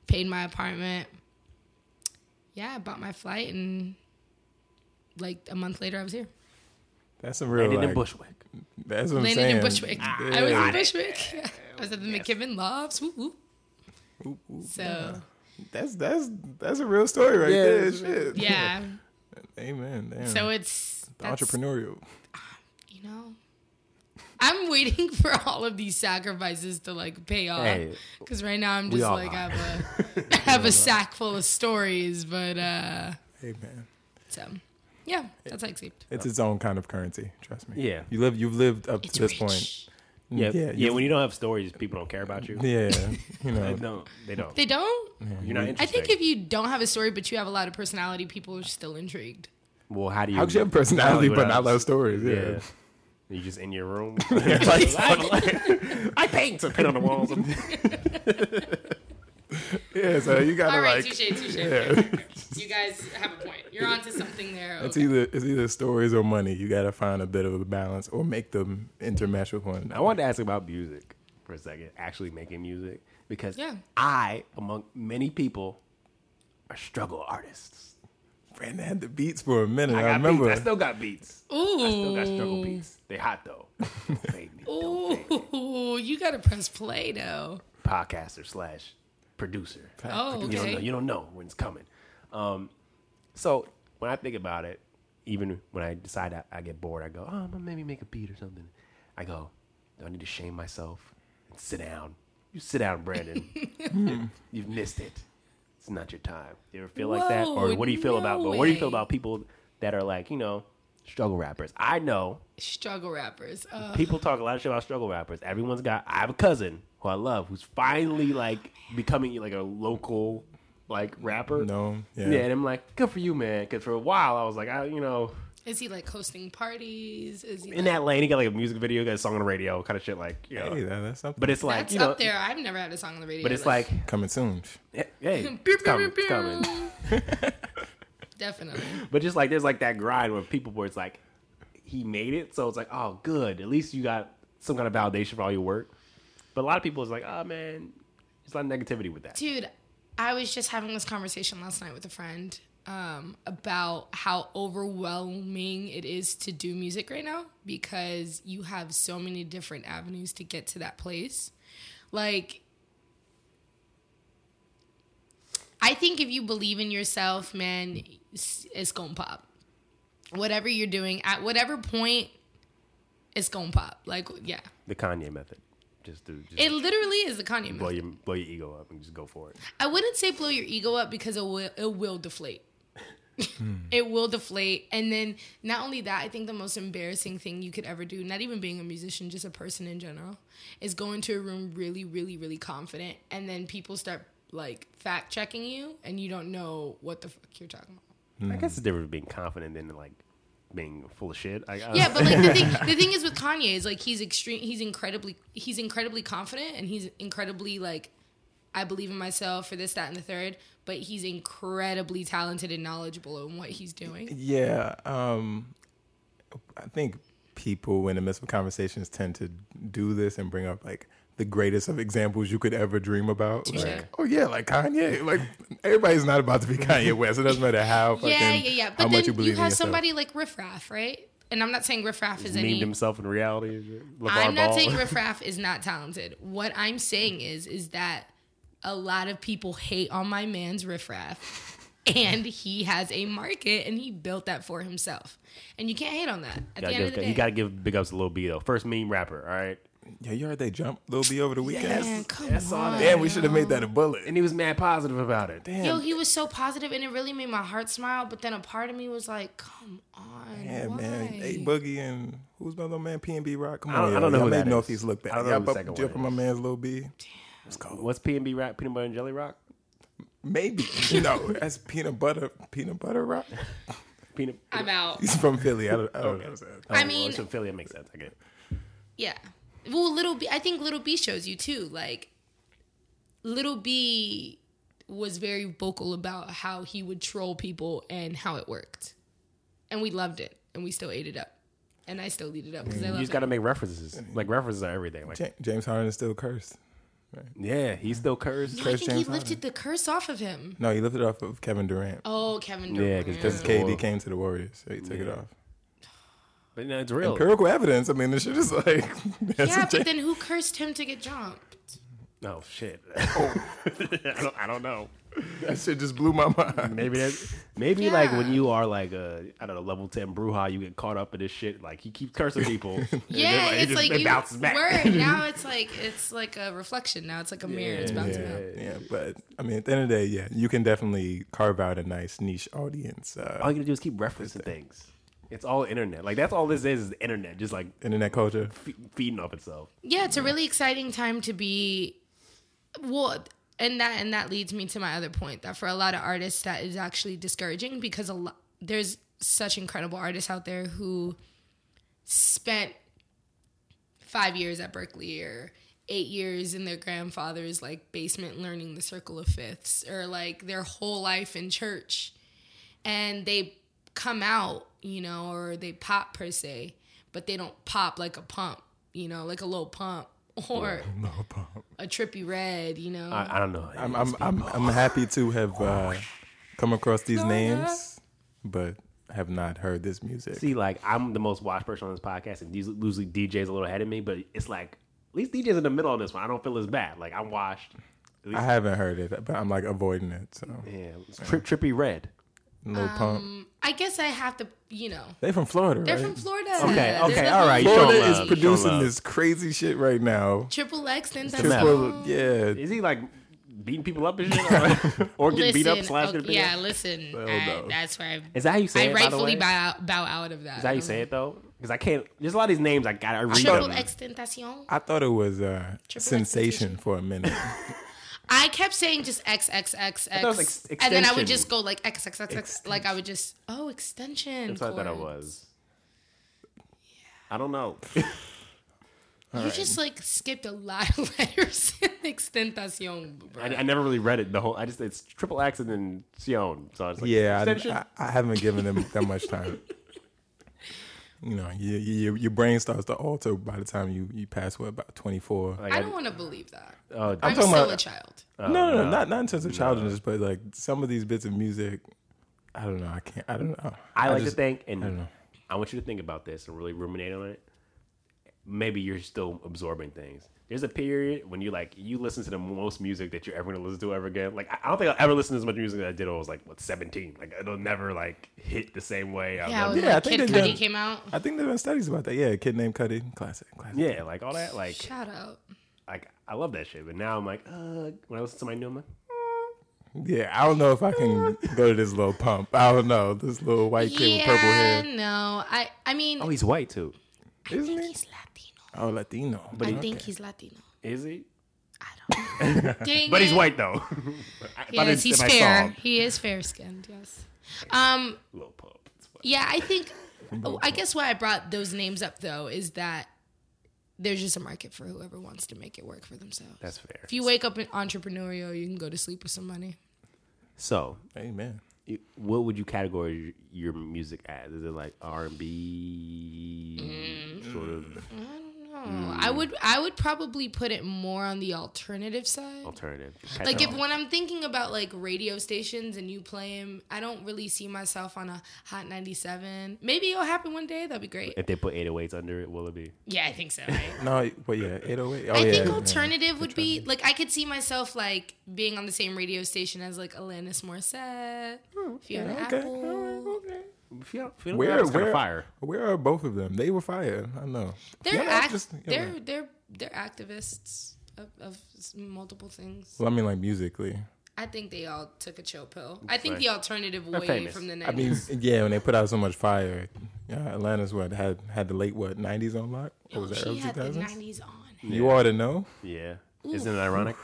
[SPEAKER 2] paid my apartment. Yeah, I bought my flight, and like a month later, I was here.
[SPEAKER 1] That's some real
[SPEAKER 3] Landed in
[SPEAKER 1] like,
[SPEAKER 3] Bushwick.
[SPEAKER 1] That's what I'm
[SPEAKER 2] Landed
[SPEAKER 1] saying.
[SPEAKER 2] in Bushwick. Ah, I was in
[SPEAKER 1] Yeah.
[SPEAKER 2] Bushwick. I was at the McKibben Lofts. Woo, woo.
[SPEAKER 1] Ooh, ooh.
[SPEAKER 2] So
[SPEAKER 1] That's that's that's a real story right
[SPEAKER 4] Yeah,
[SPEAKER 1] there.
[SPEAKER 4] it's-
[SPEAKER 1] Shit.
[SPEAKER 2] yeah.
[SPEAKER 1] Amen. Damn.
[SPEAKER 2] So it's
[SPEAKER 1] The
[SPEAKER 2] that's-
[SPEAKER 1] entrepreneurial.
[SPEAKER 2] you know i'm waiting for all of these sacrifices to like pay off
[SPEAKER 3] Hey,
[SPEAKER 2] because right now i'm
[SPEAKER 3] we
[SPEAKER 2] just
[SPEAKER 3] all
[SPEAKER 2] like
[SPEAKER 3] are.
[SPEAKER 2] I have a I have a sack full of stories but uh
[SPEAKER 1] Amen.
[SPEAKER 2] so yeah that's how i escaped
[SPEAKER 1] It's its own kind of currency. Trust me.
[SPEAKER 3] Yeah.
[SPEAKER 1] You live. You've lived up
[SPEAKER 2] it's
[SPEAKER 1] to this
[SPEAKER 2] rich.
[SPEAKER 1] point.
[SPEAKER 3] Yeah, yeah.
[SPEAKER 1] Yeah. you've-
[SPEAKER 3] when you don't have stories, people don't care about you.
[SPEAKER 1] yeah. You
[SPEAKER 3] They
[SPEAKER 1] know.
[SPEAKER 3] don't. They don't.
[SPEAKER 2] they don't
[SPEAKER 3] You're not
[SPEAKER 2] i
[SPEAKER 3] interesting.
[SPEAKER 2] think if you don't have a story but you have a lot of personality people are still intrigued
[SPEAKER 3] well, how do you?
[SPEAKER 1] How could you have personality
[SPEAKER 3] Hollywood
[SPEAKER 1] but not
[SPEAKER 3] hours.
[SPEAKER 1] love stories? Yeah.
[SPEAKER 3] Yeah. You just in your room. I, I paint. I paint on the walls.
[SPEAKER 1] Yeah. so you gotta
[SPEAKER 2] all right
[SPEAKER 1] like.
[SPEAKER 2] touche touche
[SPEAKER 1] Yeah.
[SPEAKER 2] you guys have a point you're onto something there
[SPEAKER 1] It's either it's either stories or money. You gotta find a bit of a balance or make them intermesh with one.
[SPEAKER 4] I wanted to ask
[SPEAKER 3] Ask about music for a second. Actually making music because
[SPEAKER 2] Yeah.
[SPEAKER 3] I, among many people, are struggle artists.
[SPEAKER 1] Brandon had the beats for a minute. I,
[SPEAKER 3] I got
[SPEAKER 1] remember.
[SPEAKER 3] beats. I still got beats. I still got struggle
[SPEAKER 2] ooh
[SPEAKER 3] beats. They hot though. Don't fade me. Don't fade me.
[SPEAKER 2] ooh you gotta press play though
[SPEAKER 3] Podcaster slash producer.
[SPEAKER 2] oh
[SPEAKER 3] You don't know.
[SPEAKER 2] okay
[SPEAKER 3] You don't know when it's coming. Um, so when I think about it, even when I decide I, I get bored, I go, oh, I'm gonna maybe make a beat or something. I go, do I need to shame myself and sit down? You sit down, Brandon. You've missed it. it's not your time. You ever feel like that? Or
[SPEAKER 2] Whoa,
[SPEAKER 3] what do you feel
[SPEAKER 2] no
[SPEAKER 3] about? But what do you
[SPEAKER 2] way.
[SPEAKER 3] feel about people that are like you know struggle rappers? I know
[SPEAKER 2] Struggle rappers. Uh,
[SPEAKER 3] people talk a lot of shit about struggle rappers. Everyone's got. I have a cousin who I love who's finally like becoming like a local like rapper.
[SPEAKER 1] No, yeah.
[SPEAKER 3] Yeah. and I'm like, good for you, man. Because for a while I was like, I you know,
[SPEAKER 2] is he like hosting parties? Is he?
[SPEAKER 3] in
[SPEAKER 2] like,
[SPEAKER 3] that lane, he got like a music video, got a song on the radio, kind of shit. Like, you know,
[SPEAKER 1] Hey, that, that's something.
[SPEAKER 3] but it's like
[SPEAKER 2] that's
[SPEAKER 3] you know,
[SPEAKER 2] up there. I've never had a song on the radio.
[SPEAKER 3] but it's
[SPEAKER 2] that's-
[SPEAKER 3] like,
[SPEAKER 1] coming soon.
[SPEAKER 3] hey, hey,
[SPEAKER 2] Pew,
[SPEAKER 3] it's
[SPEAKER 2] pew,
[SPEAKER 3] coming,
[SPEAKER 2] pew,
[SPEAKER 3] it's coming.
[SPEAKER 2] pew. Definitely.
[SPEAKER 3] But just like there's like that grind where people where it's like he made it, so it's like oh good, at least you got some kind of validation for all your work. But a lot of people is like oh man, there's a lot of negativity with that.
[SPEAKER 2] Dude, I was just having this conversation last night with a friend um, about how overwhelming it is to do music right now because you have so many different avenues to get to that place. Like, I think if you believe in yourself, man, it's, it's gonna pop. Whatever you're doing, at whatever point, it's gonna pop. Like, yeah.
[SPEAKER 3] The Kanye method, just to just
[SPEAKER 2] It literally is the Kanye
[SPEAKER 3] blow
[SPEAKER 2] method.
[SPEAKER 3] your blow your ego up and just go for it.
[SPEAKER 2] I wouldn't say blow your ego up because it will it will deflate. it will deflate. And then not only that, I think the most embarrassing thing you could ever do, not even being a musician, just a person in general, is go into a room really, really, really confident and then people start like fact checking you and you don't know what the fuck you're talking about.
[SPEAKER 3] I guess it's different being confident than like being full of shit. I, I
[SPEAKER 2] Yeah, but like the thing, the thing is with Kanye is like he's extreme. He's incredibly, he's incredibly confident, and he's incredibly like, I believe in myself for this, that, and the third. But he's incredibly talented and knowledgeable in what he's doing.
[SPEAKER 1] Yeah, um, I think people in the midst of conversations tend to do this and bring up like the greatest of examples you could ever dream about.
[SPEAKER 2] Touche.
[SPEAKER 1] Like, oh yeah, like Kanye. Like everybody's not about to be Kanye West. It doesn't matter how fucking
[SPEAKER 2] yeah, yeah, yeah.
[SPEAKER 1] how
[SPEAKER 2] But
[SPEAKER 1] much
[SPEAKER 2] then
[SPEAKER 1] you
[SPEAKER 2] you,
[SPEAKER 1] believe in
[SPEAKER 2] have
[SPEAKER 1] yourself.
[SPEAKER 2] somebody like Riff Raff, right? And I'm not saying Riff Raff is
[SPEAKER 3] memed
[SPEAKER 2] any.
[SPEAKER 3] himself in reality. LeVar
[SPEAKER 2] I'm not
[SPEAKER 3] Ball.
[SPEAKER 2] saying Riff Raff is not talented. What I'm saying is, is that a lot of people hate on my man's Riff Raff, and he has a market, and he built that for himself. And you can't hate on that. At the
[SPEAKER 3] Gotta
[SPEAKER 2] end of
[SPEAKER 3] give,
[SPEAKER 2] the day,
[SPEAKER 3] you gotta give big ups to Lil B though. First meme rapper, all right.
[SPEAKER 1] Yeah, you heard they jump Lil B over the weekend.
[SPEAKER 2] Man, come
[SPEAKER 3] I saw
[SPEAKER 2] on.
[SPEAKER 3] that.
[SPEAKER 1] Damn, we should have made that a bullet.
[SPEAKER 3] And he was mad positive about it. Damn.
[SPEAKER 2] Yo, he was so positive, and it really made my heart smile. But then a part of me was like, "Come on,
[SPEAKER 1] Yeah,
[SPEAKER 2] why?
[SPEAKER 1] man. Eight Boogie and who's my little man? P and B Rock. Come
[SPEAKER 3] I don't-
[SPEAKER 1] on,
[SPEAKER 3] I
[SPEAKER 1] y'all.
[SPEAKER 3] don't know
[SPEAKER 1] Y'all
[SPEAKER 3] who
[SPEAKER 1] made
[SPEAKER 3] that is.
[SPEAKER 1] Northeast look bad.
[SPEAKER 3] I don't know
[SPEAKER 1] Y'all
[SPEAKER 3] who the
[SPEAKER 1] bu-
[SPEAKER 3] second one
[SPEAKER 1] jumping my
[SPEAKER 3] is.
[SPEAKER 1] man's Lil B. It's called
[SPEAKER 3] What's P and B rap? Peanut butter and jelly rock?
[SPEAKER 1] maybe. no, that's peanut butter. Peanut butter rock.
[SPEAKER 3] Peanut.
[SPEAKER 2] I'm out."
[SPEAKER 1] He's from Philly. I don't, I don't know.
[SPEAKER 3] Oh,
[SPEAKER 2] I
[SPEAKER 3] well,
[SPEAKER 2] mean-
[SPEAKER 3] it's from Philly. That makes sense. I get. It.
[SPEAKER 2] Yeah. Well, little B, I think little B shows you too. Like, little B was very vocal about how he would troll people and how it worked, and we loved it, and we still ate it up, and I still eat it up because I
[SPEAKER 3] You
[SPEAKER 2] love
[SPEAKER 3] just
[SPEAKER 2] it.
[SPEAKER 3] gotta make references. Like references are everything. Like
[SPEAKER 1] Ja- James Harden is still cursed.
[SPEAKER 3] yeah, he's still cursed.
[SPEAKER 2] No, I think he
[SPEAKER 1] James
[SPEAKER 2] lifted the curse off of him.
[SPEAKER 1] No, he lifted it off of Kevin Durant.
[SPEAKER 2] Oh, Kevin
[SPEAKER 3] Yeah,
[SPEAKER 2] Durant.
[SPEAKER 3] 'cause-
[SPEAKER 1] Because
[SPEAKER 3] Yeah. Well-
[SPEAKER 1] KD came to the Warriors, so he took it off.
[SPEAKER 3] But no, it's real.
[SPEAKER 1] Empirical evidence. I mean, this shit is like. that's
[SPEAKER 2] yeah,
[SPEAKER 1] a
[SPEAKER 2] but
[SPEAKER 1] James-
[SPEAKER 2] then who cursed him to get jumped?
[SPEAKER 3] oh shit.
[SPEAKER 2] Oh.
[SPEAKER 3] I, don't, I don't know.
[SPEAKER 1] that shit just blew my mind.
[SPEAKER 3] Maybe that. Maybe like when
[SPEAKER 2] Yeah.
[SPEAKER 3] you are like a I don't know level ten Bruja, you get caught up in this shit. Like he keeps cursing people. And then,
[SPEAKER 2] Yeah,
[SPEAKER 3] it
[SPEAKER 2] it's
[SPEAKER 3] just-
[SPEAKER 2] like
[SPEAKER 3] it
[SPEAKER 2] you
[SPEAKER 3] bounces back.
[SPEAKER 2] word. Now it's like it's like a reflection. Now it's like a mirror. it's bouncing
[SPEAKER 1] yeah,
[SPEAKER 2] back.
[SPEAKER 1] yeah, but I mean, at the end of the day, yeah, you can definitely carve out a nice niche audience. Uh,
[SPEAKER 3] all you gotta do is keep referencing things. It's all internet. Like that's all this is is the internet. Just like
[SPEAKER 1] internet culture.
[SPEAKER 3] fe- feeding off itself.
[SPEAKER 2] yeah it's a really exciting time to be well and that and that leads me to my other point that for a lot of artists that is actually discouraging because a lot there's such incredible artists out there who spent five years at berkeley or eight years in their grandfather's like basement learning the circle of fifths or like their whole life in church and they come out, you know, or they pop per se, but they don't pop like a pump, you know, like a little pump or
[SPEAKER 1] Lil Pump.
[SPEAKER 2] a trippy red, you know.
[SPEAKER 3] I, I don't know.
[SPEAKER 1] I'm, I'm, I'm, I'm happy to have uh, come across these names, but have not heard this music.
[SPEAKER 3] See, like I'm the most watched person on this podcast, and these usually DJ's a little ahead of me, but it's like at least DJ's in the middle on this one. I don't feel as bad. Like I'm washed.
[SPEAKER 1] I
[SPEAKER 3] At least,
[SPEAKER 1] haven't heard it, but I'm like avoiding it. So
[SPEAKER 3] yeah, it's Trip Trippy Red.
[SPEAKER 1] Lil
[SPEAKER 2] Um,
[SPEAKER 1] Pump.
[SPEAKER 2] I guess I have to, you know,
[SPEAKER 1] They from Florida,
[SPEAKER 2] they're
[SPEAKER 1] right?
[SPEAKER 2] from Florida.
[SPEAKER 3] Okay,
[SPEAKER 2] There's
[SPEAKER 3] okay,
[SPEAKER 2] nothing-
[SPEAKER 3] all right. You
[SPEAKER 1] Florida
[SPEAKER 3] Show love,
[SPEAKER 1] is
[SPEAKER 3] show
[SPEAKER 1] producing
[SPEAKER 3] love.
[SPEAKER 1] this crazy shit right now.
[SPEAKER 2] Triple X, then
[SPEAKER 3] meth.
[SPEAKER 1] Triple, yeah,
[SPEAKER 3] Is he like beating people up and shit, or, or getting beat up slash
[SPEAKER 2] okay,
[SPEAKER 3] getting beat
[SPEAKER 2] yeah,
[SPEAKER 3] up.
[SPEAKER 2] listen.
[SPEAKER 1] Hell
[SPEAKER 2] I-
[SPEAKER 1] no.
[SPEAKER 2] that's where I.
[SPEAKER 3] Is that how you say
[SPEAKER 2] I
[SPEAKER 3] it? by the
[SPEAKER 2] rightfully
[SPEAKER 3] way?
[SPEAKER 2] bow, bow out of that.
[SPEAKER 3] Is that how you say it though? Because I can't. There's a lot of these names I got. I read
[SPEAKER 2] Triple
[SPEAKER 3] them.
[SPEAKER 2] extentation.
[SPEAKER 1] I thought it was uh, sensation for a minute.
[SPEAKER 2] I kept saying just X X X
[SPEAKER 3] thought it was
[SPEAKER 2] X,
[SPEAKER 3] ex-
[SPEAKER 2] and then I would
[SPEAKER 3] extension.
[SPEAKER 2] just go like X X X X. Like I would just oh extension.
[SPEAKER 3] That's what I thought I
[SPEAKER 2] cord.
[SPEAKER 3] was. I don't know.
[SPEAKER 2] You just like skipped a lot of letters in extentation. bro.
[SPEAKER 3] I, I never really read it. The whole. I just it's triple X and then Sion. So I was like,
[SPEAKER 1] yeah, I,
[SPEAKER 3] extension?
[SPEAKER 1] I, I haven't given them that much time. You know, you, you, your- your brain starts to alter by the time you, you pass what about twenty four.
[SPEAKER 3] Like,
[SPEAKER 2] I don't want to believe that.
[SPEAKER 3] Oh,
[SPEAKER 2] I'm
[SPEAKER 1] talking
[SPEAKER 2] still
[SPEAKER 1] about-
[SPEAKER 2] a child.
[SPEAKER 1] no, no, no, not not in terms of childishness, but like some of these bits of music, I don't know. I can't. I don't know.
[SPEAKER 3] I like
[SPEAKER 1] just-
[SPEAKER 3] to think, and
[SPEAKER 1] don't know.
[SPEAKER 3] I, want you to think about this and really ruminate on it. Maybe you're still absorbing things. There's a period when you like you listen to the most music that you're ever gonna listen to ever again. Like I I don't think I'll ever listen to as much music that I did when I was like what 17. Like it'll never like hit the same way. I'll
[SPEAKER 2] Yeah,
[SPEAKER 3] never-
[SPEAKER 2] when
[SPEAKER 1] Yeah, I
[SPEAKER 2] like,
[SPEAKER 1] think
[SPEAKER 2] Kid
[SPEAKER 1] they
[SPEAKER 2] Cudi
[SPEAKER 1] done-
[SPEAKER 2] came out.
[SPEAKER 1] I think there've been studies about that. Yeah, a kid named Cuddy, classic, classic.
[SPEAKER 3] yeah, like all that. Like
[SPEAKER 2] Shout out.
[SPEAKER 3] like I love that shit. But now I'm like, uh, when I listen to my new, I'm like,
[SPEAKER 1] Yeah, I don't know if I can go to this little pump. I don't know this little white kid with purple
[SPEAKER 2] Yeah,
[SPEAKER 1] hair,
[SPEAKER 2] no, I. I mean,
[SPEAKER 3] oh, he's white too.
[SPEAKER 1] isn't he?
[SPEAKER 2] he's Latino.
[SPEAKER 1] Oh, Latino.
[SPEAKER 2] I
[SPEAKER 1] Okay.
[SPEAKER 2] think he's Latino.
[SPEAKER 3] Is he?
[SPEAKER 2] I don't. know. Dang
[SPEAKER 3] But he's
[SPEAKER 2] it.
[SPEAKER 3] white though. I- but
[SPEAKER 2] Yes,
[SPEAKER 3] it's-
[SPEAKER 2] he's
[SPEAKER 3] if I saw
[SPEAKER 2] fair.
[SPEAKER 3] him-
[SPEAKER 2] He is fair skinned. Yes. Um.
[SPEAKER 3] Little pup. It's white.
[SPEAKER 2] Yeah, I think. oh, I guess why I brought those names up though is that there's just a market for whoever wants to make it work for themselves.
[SPEAKER 3] That's fair.
[SPEAKER 2] if you wake up an entrepreneurial, you can go to sleep with some money.
[SPEAKER 3] So
[SPEAKER 1] Amen.
[SPEAKER 3] you- what would you categorize your music as? Is it like R and B sort of
[SPEAKER 2] No, I would. I would probably put it more on the alternative side.
[SPEAKER 3] alternative?
[SPEAKER 2] Like if when I'm thinking about like radio stations and you play 'em, I don't really see myself on a hot 97. Maybe it'll happen one day. That'd be great.
[SPEAKER 3] if they put 808s under it, will it be?
[SPEAKER 2] Yeah, I think so. Right?
[SPEAKER 1] No, but yeah, 808. Oh,
[SPEAKER 2] I
[SPEAKER 1] yeah,
[SPEAKER 2] think
[SPEAKER 1] yeah.
[SPEAKER 2] alternative would be like I could see myself like being on the same radio station as like Alanis Morissette, Fiona
[SPEAKER 1] Oh, Okay. all
[SPEAKER 2] Apple.
[SPEAKER 1] right, okay.
[SPEAKER 3] where
[SPEAKER 1] Where, where, where are both of them? They were fired. I know.
[SPEAKER 2] They're
[SPEAKER 1] Yeah, no,
[SPEAKER 2] act-
[SPEAKER 1] just- yeah,
[SPEAKER 2] they're
[SPEAKER 1] yeah.
[SPEAKER 2] they're they're activists of, of s- multiple things.
[SPEAKER 1] Well, I mean, like musically.
[SPEAKER 2] I think they all took a chill pill. I think the alternative way
[SPEAKER 3] famous.
[SPEAKER 2] from the
[SPEAKER 1] I mean,
[SPEAKER 2] nineties.
[SPEAKER 1] yeah, when they put out so much fire, yeah, Atlanta's what had had the late what nineties on lock. What was that?
[SPEAKER 2] she
[SPEAKER 1] Early
[SPEAKER 2] had the
[SPEAKER 1] 2000s?
[SPEAKER 2] nineties on.
[SPEAKER 1] You ought to know.
[SPEAKER 3] Yeah, isn't it ironic?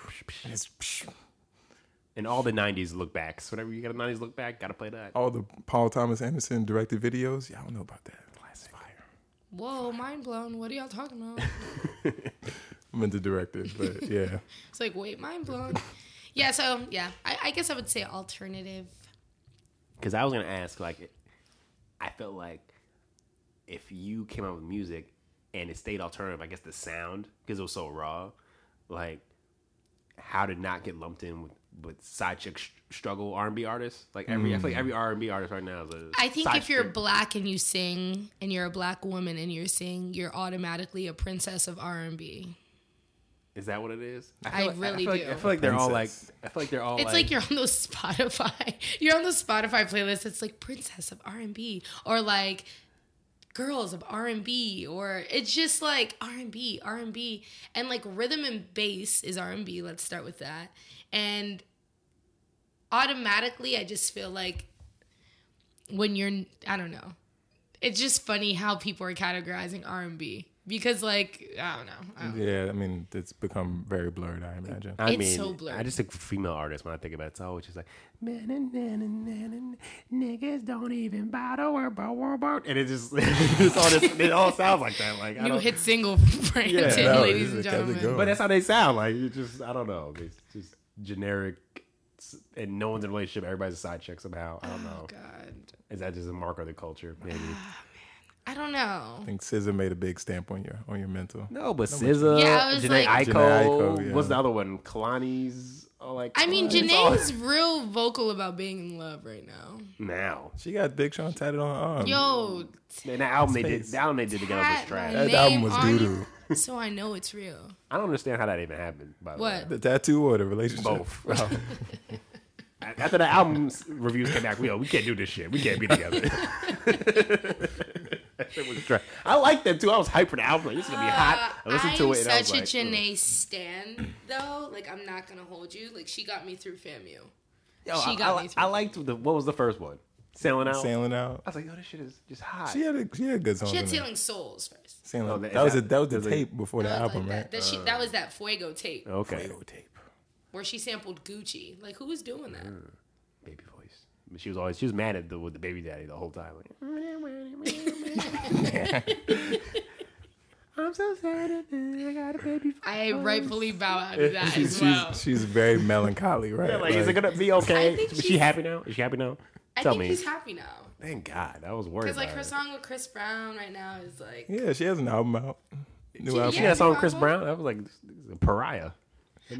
[SPEAKER 3] And all the '90s look backs. Whenever you got a '90s look back, gotta play that.
[SPEAKER 1] All the Paul Thomas Anderson directed videos. Yeah, I don't know about that. Classic. Fire.
[SPEAKER 2] Whoa, mind blown. What are y'all talking about?
[SPEAKER 1] I meant to direct it, but yeah.
[SPEAKER 2] It's like wait, mind blown. Yeah, so yeah, I, I guess I would say alternative.
[SPEAKER 3] Because I was gonna ask, like, I felt like if you came out with music and it stayed alternative, I guess the sound because it was so raw, like, how did not get lumped in with with side chick sh- struggle R and B artists? Like every, I feel like every R and B artist right now is a
[SPEAKER 2] I think
[SPEAKER 3] side
[SPEAKER 2] if you're
[SPEAKER 3] chick.
[SPEAKER 2] black and you sing, and you're a black woman and you're singing, you're automatically a princess of R and B.
[SPEAKER 3] is that what it is?
[SPEAKER 2] I
[SPEAKER 3] feel like-
[SPEAKER 2] really
[SPEAKER 3] I feel like,
[SPEAKER 2] do.
[SPEAKER 3] I feel like they're all like,
[SPEAKER 1] Princess.
[SPEAKER 3] I feel like they're all
[SPEAKER 2] It's
[SPEAKER 3] like,
[SPEAKER 2] like you're on those Spotify, you're on the Spotify playlist. It's like princess of R and B, or like girls of R and B, or it's just like R and B, R and B, and like rhythm and bass is R and B. Let's start with that, and automatically, I just feel like when you're, I don't know, it's just funny how people are categorizing R and B because like I don't know, I don't know.
[SPEAKER 1] Yeah, I mean, it's become very blurred, I imagine.
[SPEAKER 3] I
[SPEAKER 2] It's
[SPEAKER 3] mean,
[SPEAKER 2] so blurred.
[SPEAKER 3] I just think female artists when I think about it, it's always just like "Na, na, na, na, na, na, na, niggas don't even bother about about and it just it's all this, it all sounds like that. Like I
[SPEAKER 2] new
[SPEAKER 3] don't,
[SPEAKER 2] hit single from Brampton,
[SPEAKER 1] no, this is-
[SPEAKER 2] ladies and
[SPEAKER 1] kept it
[SPEAKER 2] gentlemen.
[SPEAKER 1] going.
[SPEAKER 3] but that's how they sound. Like you just I don't know. It's just generic, s- and no one's in a relationship. Everybody's a side chick somehow. I don't know.
[SPEAKER 2] Oh God.
[SPEAKER 3] Is that just a mark of the culture? Maybe
[SPEAKER 2] I don't know.
[SPEAKER 1] I think Scissor made a big stamp on your on your mental.
[SPEAKER 3] no. But SZA,
[SPEAKER 2] Yeah, I was
[SPEAKER 3] Jhené
[SPEAKER 2] like-
[SPEAKER 3] Aiko,
[SPEAKER 1] Jhené Aiko, yeah.
[SPEAKER 3] what's the other one? Kalani's. Oh, like
[SPEAKER 2] I mean,
[SPEAKER 3] it's all-
[SPEAKER 2] Janae's real vocal about being in love right now.
[SPEAKER 3] now.
[SPEAKER 1] She got Big Sean tatted on her arm.
[SPEAKER 2] Yo,
[SPEAKER 3] And that album they did,
[SPEAKER 1] Space.
[SPEAKER 3] that album they did together was
[SPEAKER 2] tat
[SPEAKER 3] trash.
[SPEAKER 2] my
[SPEAKER 1] That
[SPEAKER 2] name
[SPEAKER 1] album was
[SPEAKER 2] on
[SPEAKER 1] doo-doo.
[SPEAKER 2] it, So I know it's real.
[SPEAKER 3] I don't understand how that even happened. By the way.
[SPEAKER 2] What?
[SPEAKER 1] The tattoo or the relationship?
[SPEAKER 3] Both.
[SPEAKER 1] Wow.
[SPEAKER 3] After the oh, album's reviews came back, we go, we can't do this shit. We can't be together. shit was trash. I liked that too. I was hyped for the album. Like, this is gonna be hot. I listened
[SPEAKER 2] Uh, I'm
[SPEAKER 3] to it and I was
[SPEAKER 2] such a
[SPEAKER 3] like,
[SPEAKER 2] Janae stan, though. Like, I'm not gonna hold you. Like, she got me through FAMU.
[SPEAKER 3] Yo,
[SPEAKER 2] She
[SPEAKER 3] I,
[SPEAKER 2] got
[SPEAKER 3] I,
[SPEAKER 2] me
[SPEAKER 3] li-
[SPEAKER 2] through.
[SPEAKER 3] I liked the what was the first one? Sailing out.
[SPEAKER 1] Sailing out.
[SPEAKER 3] I was like, yo, this shit is just hot.
[SPEAKER 1] She had a, she had good songs.
[SPEAKER 2] She had
[SPEAKER 1] in there.
[SPEAKER 2] Sailing Souls first.
[SPEAKER 1] Sailing
[SPEAKER 3] Oh,
[SPEAKER 1] Out.
[SPEAKER 3] that-
[SPEAKER 1] That was a,
[SPEAKER 3] that-
[SPEAKER 1] that was the
[SPEAKER 3] that-
[SPEAKER 1] tape before the
[SPEAKER 2] That was
[SPEAKER 1] album,
[SPEAKER 2] like
[SPEAKER 1] right?
[SPEAKER 2] That, that, she, that was that Fuego tape
[SPEAKER 3] okay,
[SPEAKER 1] Fuego tape.
[SPEAKER 2] where she sampled Gucci. Like, who was doing that?
[SPEAKER 3] Mm. baby voice. But she was always she was mad at the with the baby daddy the whole time. Like, I'm so sad. I got a baby. voice.
[SPEAKER 2] I
[SPEAKER 1] Oh,
[SPEAKER 2] rightfully bow out of that
[SPEAKER 1] She's
[SPEAKER 2] as well.
[SPEAKER 1] she's, she's very melancholy, right?
[SPEAKER 3] Like, is it gonna be okay?
[SPEAKER 2] I think
[SPEAKER 3] Is she
[SPEAKER 2] she's-
[SPEAKER 3] happy now? Is she happy now?
[SPEAKER 2] I
[SPEAKER 3] Tell
[SPEAKER 2] think
[SPEAKER 3] me.
[SPEAKER 2] he's happy now
[SPEAKER 3] Thank God. I was worried.
[SPEAKER 2] because like
[SPEAKER 3] about
[SPEAKER 2] her
[SPEAKER 3] it.
[SPEAKER 2] song with Chris Brown right now is like
[SPEAKER 1] Yeah, she has an album out. New
[SPEAKER 2] She-
[SPEAKER 1] album.
[SPEAKER 3] She had a song with Chris
[SPEAKER 2] Probably.
[SPEAKER 3] Brown. I was like, this is a pariah.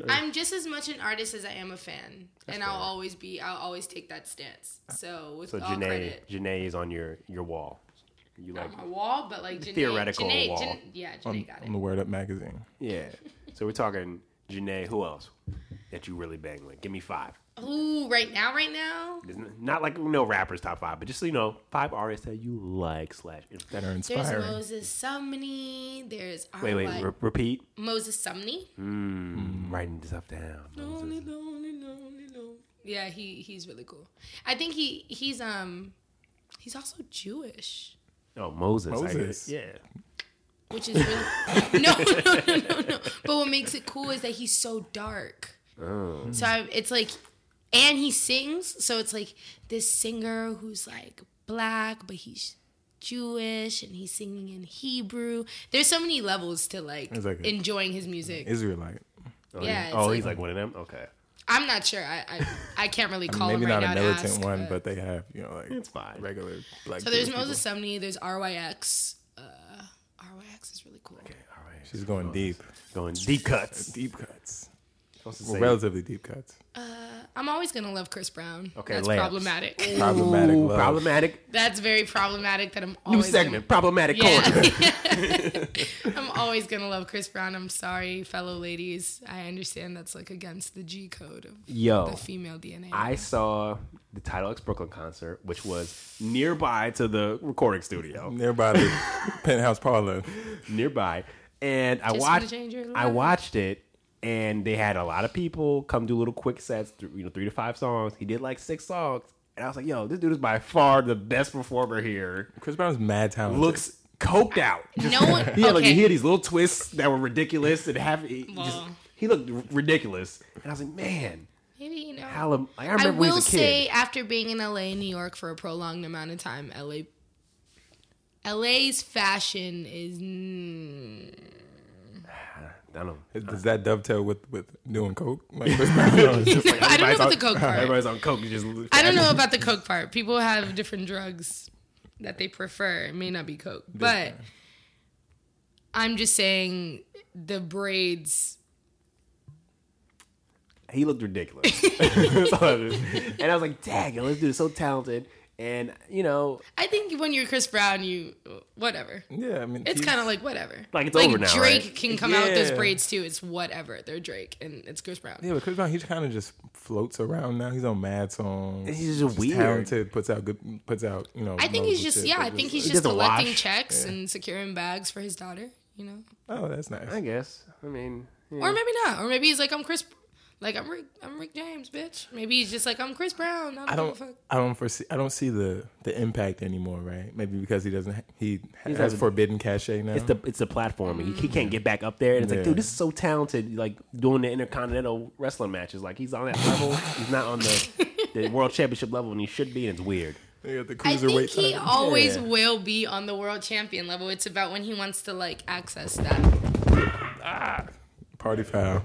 [SPEAKER 2] I'm just as much an artist as I am a fan, and I'll always be. I'll always take that stance. So with
[SPEAKER 3] Uh, So
[SPEAKER 2] all
[SPEAKER 3] Janae,
[SPEAKER 2] Oh, credit, Oh.
[SPEAKER 3] Janae is on your your wall. You like,
[SPEAKER 2] not my wall, but like Janae,
[SPEAKER 3] Theoretical
[SPEAKER 2] Janae,
[SPEAKER 3] wall. Um,
[SPEAKER 2] Jan- yeah, Janae got
[SPEAKER 1] on
[SPEAKER 2] it.
[SPEAKER 1] the Word Up magazine.
[SPEAKER 3] yeah. So we're talking Janae. Who else that you really bang with? Give me five.
[SPEAKER 2] Ooh, right now, right now,
[SPEAKER 3] There's n- Not like no rappers top five, but just so you know, five artists that you like slash.
[SPEAKER 1] That are
[SPEAKER 2] there's
[SPEAKER 1] inspiring.
[SPEAKER 2] Moses Sumney. There's
[SPEAKER 3] Wait, wait,
[SPEAKER 2] R.Y.
[SPEAKER 3] re- repeat.
[SPEAKER 2] Moses Sumney.
[SPEAKER 3] Mm, writing stuff down.
[SPEAKER 2] Lonely, lonely, lonely, lonely. Yeah, he he's really cool. I think he he's um he's also Jewish.
[SPEAKER 3] Oh, Moses. I hear-
[SPEAKER 1] Moses.
[SPEAKER 3] Yeah.
[SPEAKER 2] which is really no, no, no, no, no. But what makes it cool is that he's so dark.
[SPEAKER 1] Oh.
[SPEAKER 2] So I, it's like, and he sings. So it's like this singer who's like black, but he's Jewish, and he's singing in Hebrew. There's so many levels to like
[SPEAKER 1] It's like a-
[SPEAKER 2] enjoying his music.
[SPEAKER 1] Israelite.
[SPEAKER 3] Oh,
[SPEAKER 2] Yeah,
[SPEAKER 3] he-
[SPEAKER 2] it's
[SPEAKER 3] Oh,
[SPEAKER 2] like-
[SPEAKER 3] he's like one of them. Okay,
[SPEAKER 2] I'm not sure. I I, I can't really call
[SPEAKER 1] Maybe
[SPEAKER 2] him right
[SPEAKER 1] not a
[SPEAKER 2] now.
[SPEAKER 1] militant
[SPEAKER 2] to ask,
[SPEAKER 1] one,
[SPEAKER 2] but-
[SPEAKER 1] but they have you know like
[SPEAKER 3] it's fine.
[SPEAKER 1] regular black.
[SPEAKER 2] so there's
[SPEAKER 1] Jewish people.
[SPEAKER 2] Moses Sumney. There's RYX. Uh, RYX is really cool.
[SPEAKER 3] All right.
[SPEAKER 1] She's going deep,
[SPEAKER 3] Going deep cuts.
[SPEAKER 1] deep cuts,
[SPEAKER 3] Supposed to
[SPEAKER 1] Well,
[SPEAKER 3] say-
[SPEAKER 1] relatively deep cuts.
[SPEAKER 2] I'm always gonna love Chris Brown.
[SPEAKER 3] Okay,
[SPEAKER 2] that's
[SPEAKER 3] layups.
[SPEAKER 2] problematic.
[SPEAKER 1] Problematic
[SPEAKER 3] Ooh,
[SPEAKER 1] love.
[SPEAKER 3] problematic.
[SPEAKER 2] That's very problematic that I'm
[SPEAKER 3] New
[SPEAKER 2] always
[SPEAKER 3] segment. Problematic
[SPEAKER 2] Gonna,
[SPEAKER 3] corner.
[SPEAKER 2] yeah. I'm always gonna love Chris Brown. I'm sorry, fellow ladies. I understand that's like against the G code of
[SPEAKER 3] Yo.
[SPEAKER 2] the female DNA.
[SPEAKER 3] I saw the Title X Brooklyn concert, which was nearby to the recording studio,
[SPEAKER 1] Nearby the penthouse parlor. Mm-hmm.
[SPEAKER 3] nearby, and I
[SPEAKER 2] Just wanna
[SPEAKER 3] watched.
[SPEAKER 2] change your
[SPEAKER 3] I
[SPEAKER 2] life.
[SPEAKER 3] watched it, and they had a lot of people come do little quick sets, th- you know, three to five songs. He did like six songs, and I was like, "Yo, this dude is by far the best performer here.
[SPEAKER 1] Chris Brown's mad talented.
[SPEAKER 3] Looks coked out."
[SPEAKER 2] no one.
[SPEAKER 3] He had, like, he
[SPEAKER 2] okay.
[SPEAKER 3] had these little twists that were ridiculous, and have he, just,
[SPEAKER 2] Well.
[SPEAKER 3] he looked r- ridiculous, and I was like, "Man,
[SPEAKER 2] Maybe you know.
[SPEAKER 3] how am- like, I
[SPEAKER 2] I
[SPEAKER 3] remember when he
[SPEAKER 2] will
[SPEAKER 3] was a kid."
[SPEAKER 2] say, after being in LA and New York for a prolonged amount of time, LA, LA's fashion is mm,
[SPEAKER 3] I don't know.
[SPEAKER 1] Does that dovetail with with doing coke? Like Chris Brown, no, it's just like
[SPEAKER 2] I don't know
[SPEAKER 3] Everybody's
[SPEAKER 2] about
[SPEAKER 3] on-
[SPEAKER 2] the coke part.
[SPEAKER 3] Everybody's on coke. you Just
[SPEAKER 2] I don't know about the coke part. People have different drugs that they prefer. It may not be coke, but I'm just saying the braids.
[SPEAKER 3] he looked ridiculous. That's all it is. and I was like, dang, yo, this dude is so talented. And, you know,
[SPEAKER 2] I think when you're Chris Brown, you whatever.
[SPEAKER 1] yeah. I mean,
[SPEAKER 2] It's
[SPEAKER 1] he's-
[SPEAKER 2] kind of like whatever.
[SPEAKER 3] Like, it's over now,
[SPEAKER 2] Drake
[SPEAKER 3] right?
[SPEAKER 2] can come out with those
[SPEAKER 1] Yeah.
[SPEAKER 2] braids too. It's whatever. They're Drake and it's Chris Brown.
[SPEAKER 1] Yeah, but Chris Brown, he kind of just floats around now. He's on mad songs.
[SPEAKER 3] He's just weird.
[SPEAKER 1] Talented, puts out good, puts out you know.
[SPEAKER 2] I think he's just yeah. I think he's just
[SPEAKER 3] doesn't
[SPEAKER 2] collecting
[SPEAKER 3] wash.
[SPEAKER 2] checks and securing bags for his daughter. You know,
[SPEAKER 1] Oh, that's nice.
[SPEAKER 3] I guess. I mean, yeah.
[SPEAKER 2] or maybe not. Or maybe he's like I'm Chris. Like I'm Rick. I'm Rick James, bitch. Maybe he's just like I'm Chris Brown. I
[SPEAKER 1] I
[SPEAKER 2] don't.
[SPEAKER 1] don't.
[SPEAKER 2] give a fuck.
[SPEAKER 1] I don't foresee. I don't see the the impact anymore. Right? Maybe because he doesn't. ha- He has,
[SPEAKER 3] has a-
[SPEAKER 1] forbidden cachet now.
[SPEAKER 3] it's the it's the platform. He, he can't get back up there. And it's like,
[SPEAKER 1] Yeah.
[SPEAKER 3] dude, this is so talented. Like doing the intercontinental wrestling matches. Like he's on that level. he's not on the, the world championship level, and he should be. And it's weird.
[SPEAKER 1] They got the
[SPEAKER 2] I think
[SPEAKER 1] cruiserweight
[SPEAKER 2] he
[SPEAKER 1] title.
[SPEAKER 2] always
[SPEAKER 3] Yeah.
[SPEAKER 2] will be on the world champion level. It's about when he wants to like access that.
[SPEAKER 1] Party foul.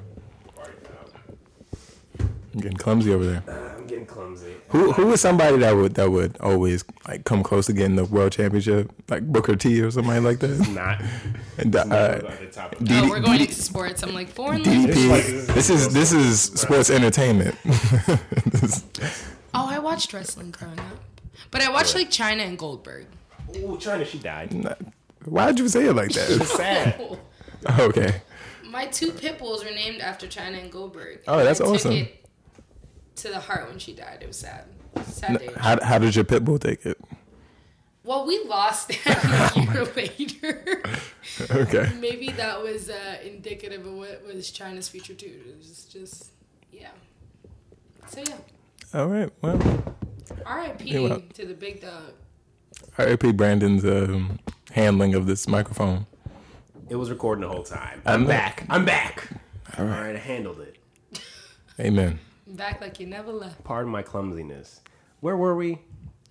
[SPEAKER 1] I'm getting clumsy over there.
[SPEAKER 3] I'm getting clumsy.
[SPEAKER 1] Who who was somebody that would that would always like come close to getting the world championship, like Booker T or somebody like that?
[SPEAKER 3] Not.
[SPEAKER 1] And, uh,
[SPEAKER 2] Oh,
[SPEAKER 1] DD
[SPEAKER 2] we're going into sports. I'm like foreign. language.
[SPEAKER 1] DDP. This is this is sports entertainment. This-
[SPEAKER 2] Oh, I watched wrestling growing up, but I watched like China and Goldberg.
[SPEAKER 3] Ooh, China, she died.
[SPEAKER 1] Why'd you say it like that?
[SPEAKER 3] Sad.
[SPEAKER 2] Cool.
[SPEAKER 1] Okay.
[SPEAKER 2] My two pit bulls were named after China and Goldberg.
[SPEAKER 1] Oh,
[SPEAKER 2] And
[SPEAKER 1] that's
[SPEAKER 2] I took
[SPEAKER 1] awesome.
[SPEAKER 2] it to the heart when she died. It was sad. Sad day.
[SPEAKER 1] How how did your pit bull take it?
[SPEAKER 2] Well, we lost that
[SPEAKER 1] Oh
[SPEAKER 2] a year later.
[SPEAKER 1] Okay.
[SPEAKER 2] Maybe that was uh, indicative of what was China's future too. It was just, yeah. So yeah,
[SPEAKER 1] All right. Well,
[SPEAKER 2] R.I.P.
[SPEAKER 1] Yeah, well-
[SPEAKER 2] to the big dog.
[SPEAKER 1] R.I.P. Brandon's um, handling of this microphone.
[SPEAKER 3] It was recording the whole time.
[SPEAKER 1] I'm
[SPEAKER 3] I'm
[SPEAKER 1] not-
[SPEAKER 3] back. I'm back.
[SPEAKER 1] All
[SPEAKER 3] All
[SPEAKER 1] right.
[SPEAKER 3] right. I handled it.
[SPEAKER 1] Amen.
[SPEAKER 2] Back like you never left.
[SPEAKER 3] Pardon my clumsiness. Where were we?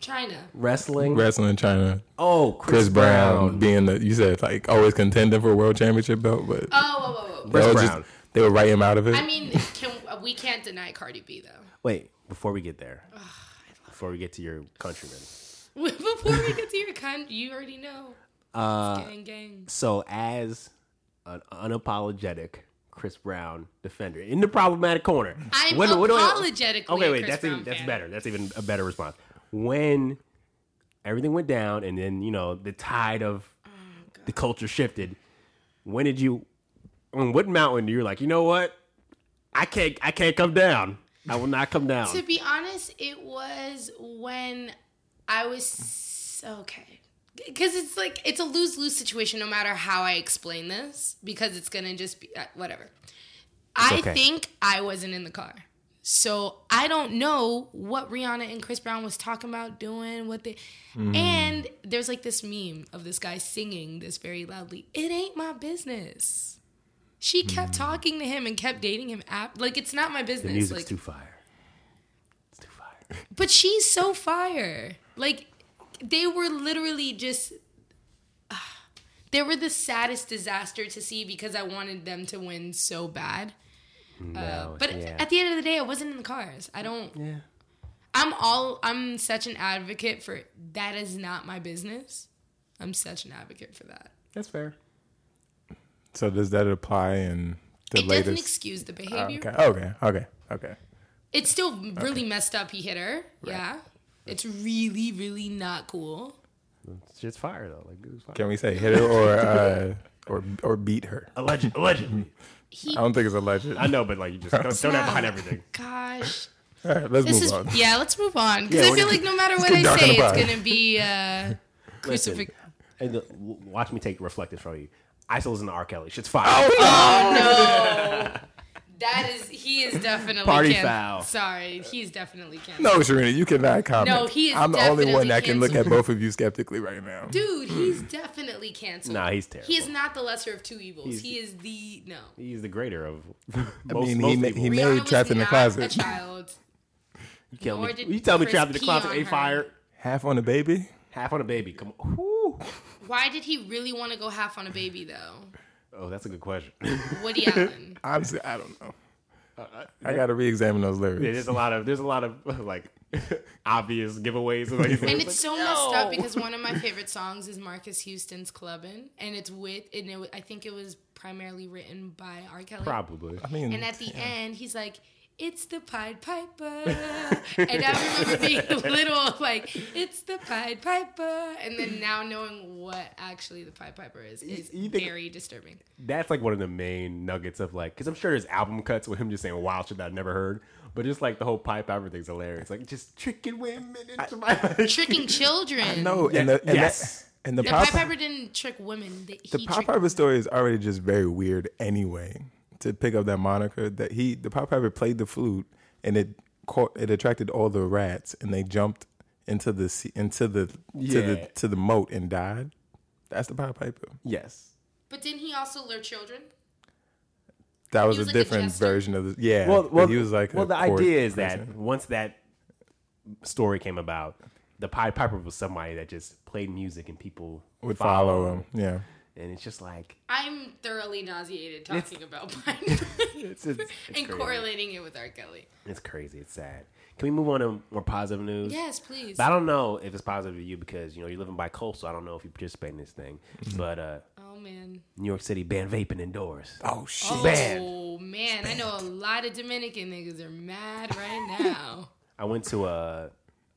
[SPEAKER 2] China.
[SPEAKER 3] Wrestling.
[SPEAKER 1] Wrestling in China.
[SPEAKER 3] oh, Chris,
[SPEAKER 1] Chris Brown, being the you said like always contending for a world championship belt, but
[SPEAKER 2] Oh, whoa, whoa, whoa.
[SPEAKER 3] Chris
[SPEAKER 1] that was
[SPEAKER 3] Brown.
[SPEAKER 1] they would write him out of it.
[SPEAKER 2] I mean, can we can't deny Cardi B though.
[SPEAKER 3] Wait, before we get there, before we get to your countrymen.
[SPEAKER 2] Before we get to your cunt, you already know. Uh, gang, gang.
[SPEAKER 3] So, as an unapologetic Chris Brown defender in the problematic corner,
[SPEAKER 2] I'm
[SPEAKER 3] do I-
[SPEAKER 2] apologetically
[SPEAKER 3] okay,
[SPEAKER 2] a
[SPEAKER 3] wait,
[SPEAKER 2] Chris
[SPEAKER 3] that's
[SPEAKER 2] Brown
[SPEAKER 3] even, that's
[SPEAKER 2] fan.
[SPEAKER 3] better. That's even a better response. When everything went down, and then you know the tide of
[SPEAKER 2] Oh,
[SPEAKER 3] the culture shifted. When did you? On what mountain you're like? You know what? I can't. I can't come down. I will not come down.
[SPEAKER 2] To be honest, it was when I was s- okay. Because it's like, it's a lose lose situation no matter how I explain this, because it's going to just be uh, whatever. I
[SPEAKER 3] okay.
[SPEAKER 2] think I wasn't in the car. So I don't know what Rihanna and Chris Brown was talking about doing, what they
[SPEAKER 3] Mm-hmm.
[SPEAKER 2] and there's like this meme of this guy singing this very loudly. It ain't my business. She kept talking to him and kept dating him. Ap- like it's not my
[SPEAKER 3] Mm. the
[SPEAKER 2] business.
[SPEAKER 3] music's
[SPEAKER 2] like,
[SPEAKER 3] too fire. It's too fire.
[SPEAKER 2] but she's so fire. Like they were literally just ah, they were the saddest disaster to see because I wanted them to win so bad. Uh,
[SPEAKER 3] No,
[SPEAKER 2] but
[SPEAKER 3] yeah.
[SPEAKER 2] at the end of the day, I wasn't in the cars. I don't. I'm all. I'm such an advocate for that is not my business. I'm such an advocate for that.
[SPEAKER 3] that's fair.
[SPEAKER 1] so does that apply in the
[SPEAKER 2] it doesn't
[SPEAKER 1] latest?
[SPEAKER 2] excuse the
[SPEAKER 1] Oh,
[SPEAKER 2] behavior.
[SPEAKER 1] okay. Okay. Okay. Okay.
[SPEAKER 2] It's still really messed up. He hit her. Yeah. It's really, really not cool.
[SPEAKER 3] It's just fire though. Like it was fire.
[SPEAKER 1] Can we say hit her or uh, or or beat her?
[SPEAKER 3] Alleged, allegedly.
[SPEAKER 2] He
[SPEAKER 1] I don't think it's alleged.
[SPEAKER 3] I know, but like you just don't, don't have behind everything.
[SPEAKER 2] Gosh.
[SPEAKER 1] All right, let's
[SPEAKER 2] This
[SPEAKER 1] move
[SPEAKER 2] is
[SPEAKER 1] on.
[SPEAKER 2] yeah. Let's move on because I
[SPEAKER 3] we're
[SPEAKER 2] feel
[SPEAKER 3] gonna-
[SPEAKER 2] like no matter what
[SPEAKER 1] get
[SPEAKER 2] I
[SPEAKER 1] dark on
[SPEAKER 2] say,
[SPEAKER 1] the
[SPEAKER 2] it's
[SPEAKER 1] pod.
[SPEAKER 2] gonna be uh,
[SPEAKER 3] Listen,
[SPEAKER 2] crucifix.
[SPEAKER 3] and the- w- watch me take reflected from you. I still listen to R. Kelly. Shit's fire.
[SPEAKER 2] That is, he is definitely
[SPEAKER 3] Party
[SPEAKER 2] can-
[SPEAKER 3] foul.
[SPEAKER 2] Sorry, he's definitely canceled.
[SPEAKER 1] No, Sharina, you cannot comment.
[SPEAKER 2] No, he is
[SPEAKER 1] I'm the only one
[SPEAKER 2] definitely
[SPEAKER 1] that can look at both of you skeptically right now.
[SPEAKER 2] Dude,
[SPEAKER 1] Hmm.
[SPEAKER 2] he's definitely canceled.
[SPEAKER 3] Nah, he's terrible.
[SPEAKER 2] He is not the lesser of two evils. he is the no.
[SPEAKER 3] He's the greater of
[SPEAKER 1] I
[SPEAKER 3] most,
[SPEAKER 1] mean, he,
[SPEAKER 3] most
[SPEAKER 1] ma-
[SPEAKER 3] people.
[SPEAKER 1] he
[SPEAKER 2] Rihanna
[SPEAKER 1] married
[SPEAKER 2] was
[SPEAKER 1] trapped in the
[SPEAKER 2] not
[SPEAKER 1] closet,
[SPEAKER 2] A child.
[SPEAKER 3] you, tell
[SPEAKER 2] nor
[SPEAKER 3] me,
[SPEAKER 2] did
[SPEAKER 3] you tell me
[SPEAKER 2] Chris
[SPEAKER 3] trapped in the
[SPEAKER 2] pee
[SPEAKER 3] closet
[SPEAKER 2] on
[SPEAKER 3] ain't
[SPEAKER 2] her.
[SPEAKER 3] fire.
[SPEAKER 1] half on a baby.
[SPEAKER 3] Half on a baby. Come on. Whew.
[SPEAKER 2] Why did he really want to go half on a baby though?
[SPEAKER 3] Oh, that's a good question.
[SPEAKER 2] Woody Allen.
[SPEAKER 1] Honestly, I don't know.
[SPEAKER 2] Uh,
[SPEAKER 1] I got to re-examine those lyrics.
[SPEAKER 3] there's a lot of there's a lot of like obvious giveaways.
[SPEAKER 2] And it's so messed up because one of my favorite songs is Marcus Houston's "Clubbin," and it's with, and it, wa- I think it was primarily written by R. Kelly.
[SPEAKER 3] probably.
[SPEAKER 1] I mean,
[SPEAKER 2] And at the end, he's like, "It's the Pied Piper," and I remember being little, like, "It's the Pied Piper," and then now knowing what actually the Pied Piper is is
[SPEAKER 3] you think-
[SPEAKER 2] very disturbing.
[SPEAKER 3] that's like one of the main nuggets of like because I'm sure there's album cuts with him just saying wild shit that I've never heard, but just like the whole pipe out everything's hilarious. Like just tricking women into my
[SPEAKER 2] Tricking children.
[SPEAKER 1] no, and
[SPEAKER 3] Yeah,
[SPEAKER 1] the and,
[SPEAKER 3] yes.
[SPEAKER 1] that, and the
[SPEAKER 2] the
[SPEAKER 1] pop
[SPEAKER 2] Pied Piper didn't trick women. They-
[SPEAKER 1] the
[SPEAKER 2] he
[SPEAKER 1] pop
[SPEAKER 2] tricked-
[SPEAKER 1] Piper story is already just very weird anyway. To pick up that moniker that he the pop Piper played the flute and it caught it attracted all the rats and they jumped into the sea, into the to
[SPEAKER 3] Yeah.
[SPEAKER 1] the to the moat and died. That's the pop Piper.
[SPEAKER 3] yes.
[SPEAKER 2] But didn't he also lure children?
[SPEAKER 1] That was, a
[SPEAKER 2] was like a
[SPEAKER 1] different
[SPEAKER 2] jester?
[SPEAKER 1] version of the yeah.
[SPEAKER 3] Well,
[SPEAKER 1] but
[SPEAKER 3] well,
[SPEAKER 1] he was like a
[SPEAKER 3] well, the
[SPEAKER 1] court
[SPEAKER 3] idea is
[SPEAKER 1] person.
[SPEAKER 3] that once that story came about, the Pied Piper was somebody that just played music and people
[SPEAKER 1] would follow him. Yeah.
[SPEAKER 3] and it's just like
[SPEAKER 2] I'm thoroughly nauseated talking about Pied
[SPEAKER 3] it's it's, it's
[SPEAKER 2] and
[SPEAKER 3] crazy.
[SPEAKER 2] correlating it with R. Kelly.
[SPEAKER 3] It's crazy. It's sad. Can we move on to more positive news?
[SPEAKER 2] Yes, please.
[SPEAKER 3] But I don't know if it's positive to you because you know you're living by coast, so I don't know if you participate in this thing.
[SPEAKER 1] Mm-hmm.
[SPEAKER 3] But uh,
[SPEAKER 2] oh man.
[SPEAKER 3] New York City banned vaping indoors.
[SPEAKER 1] Oh shit.
[SPEAKER 2] Oh
[SPEAKER 3] banned.
[SPEAKER 2] man, I know a lot of Dominican niggas are mad right now.
[SPEAKER 3] I went to a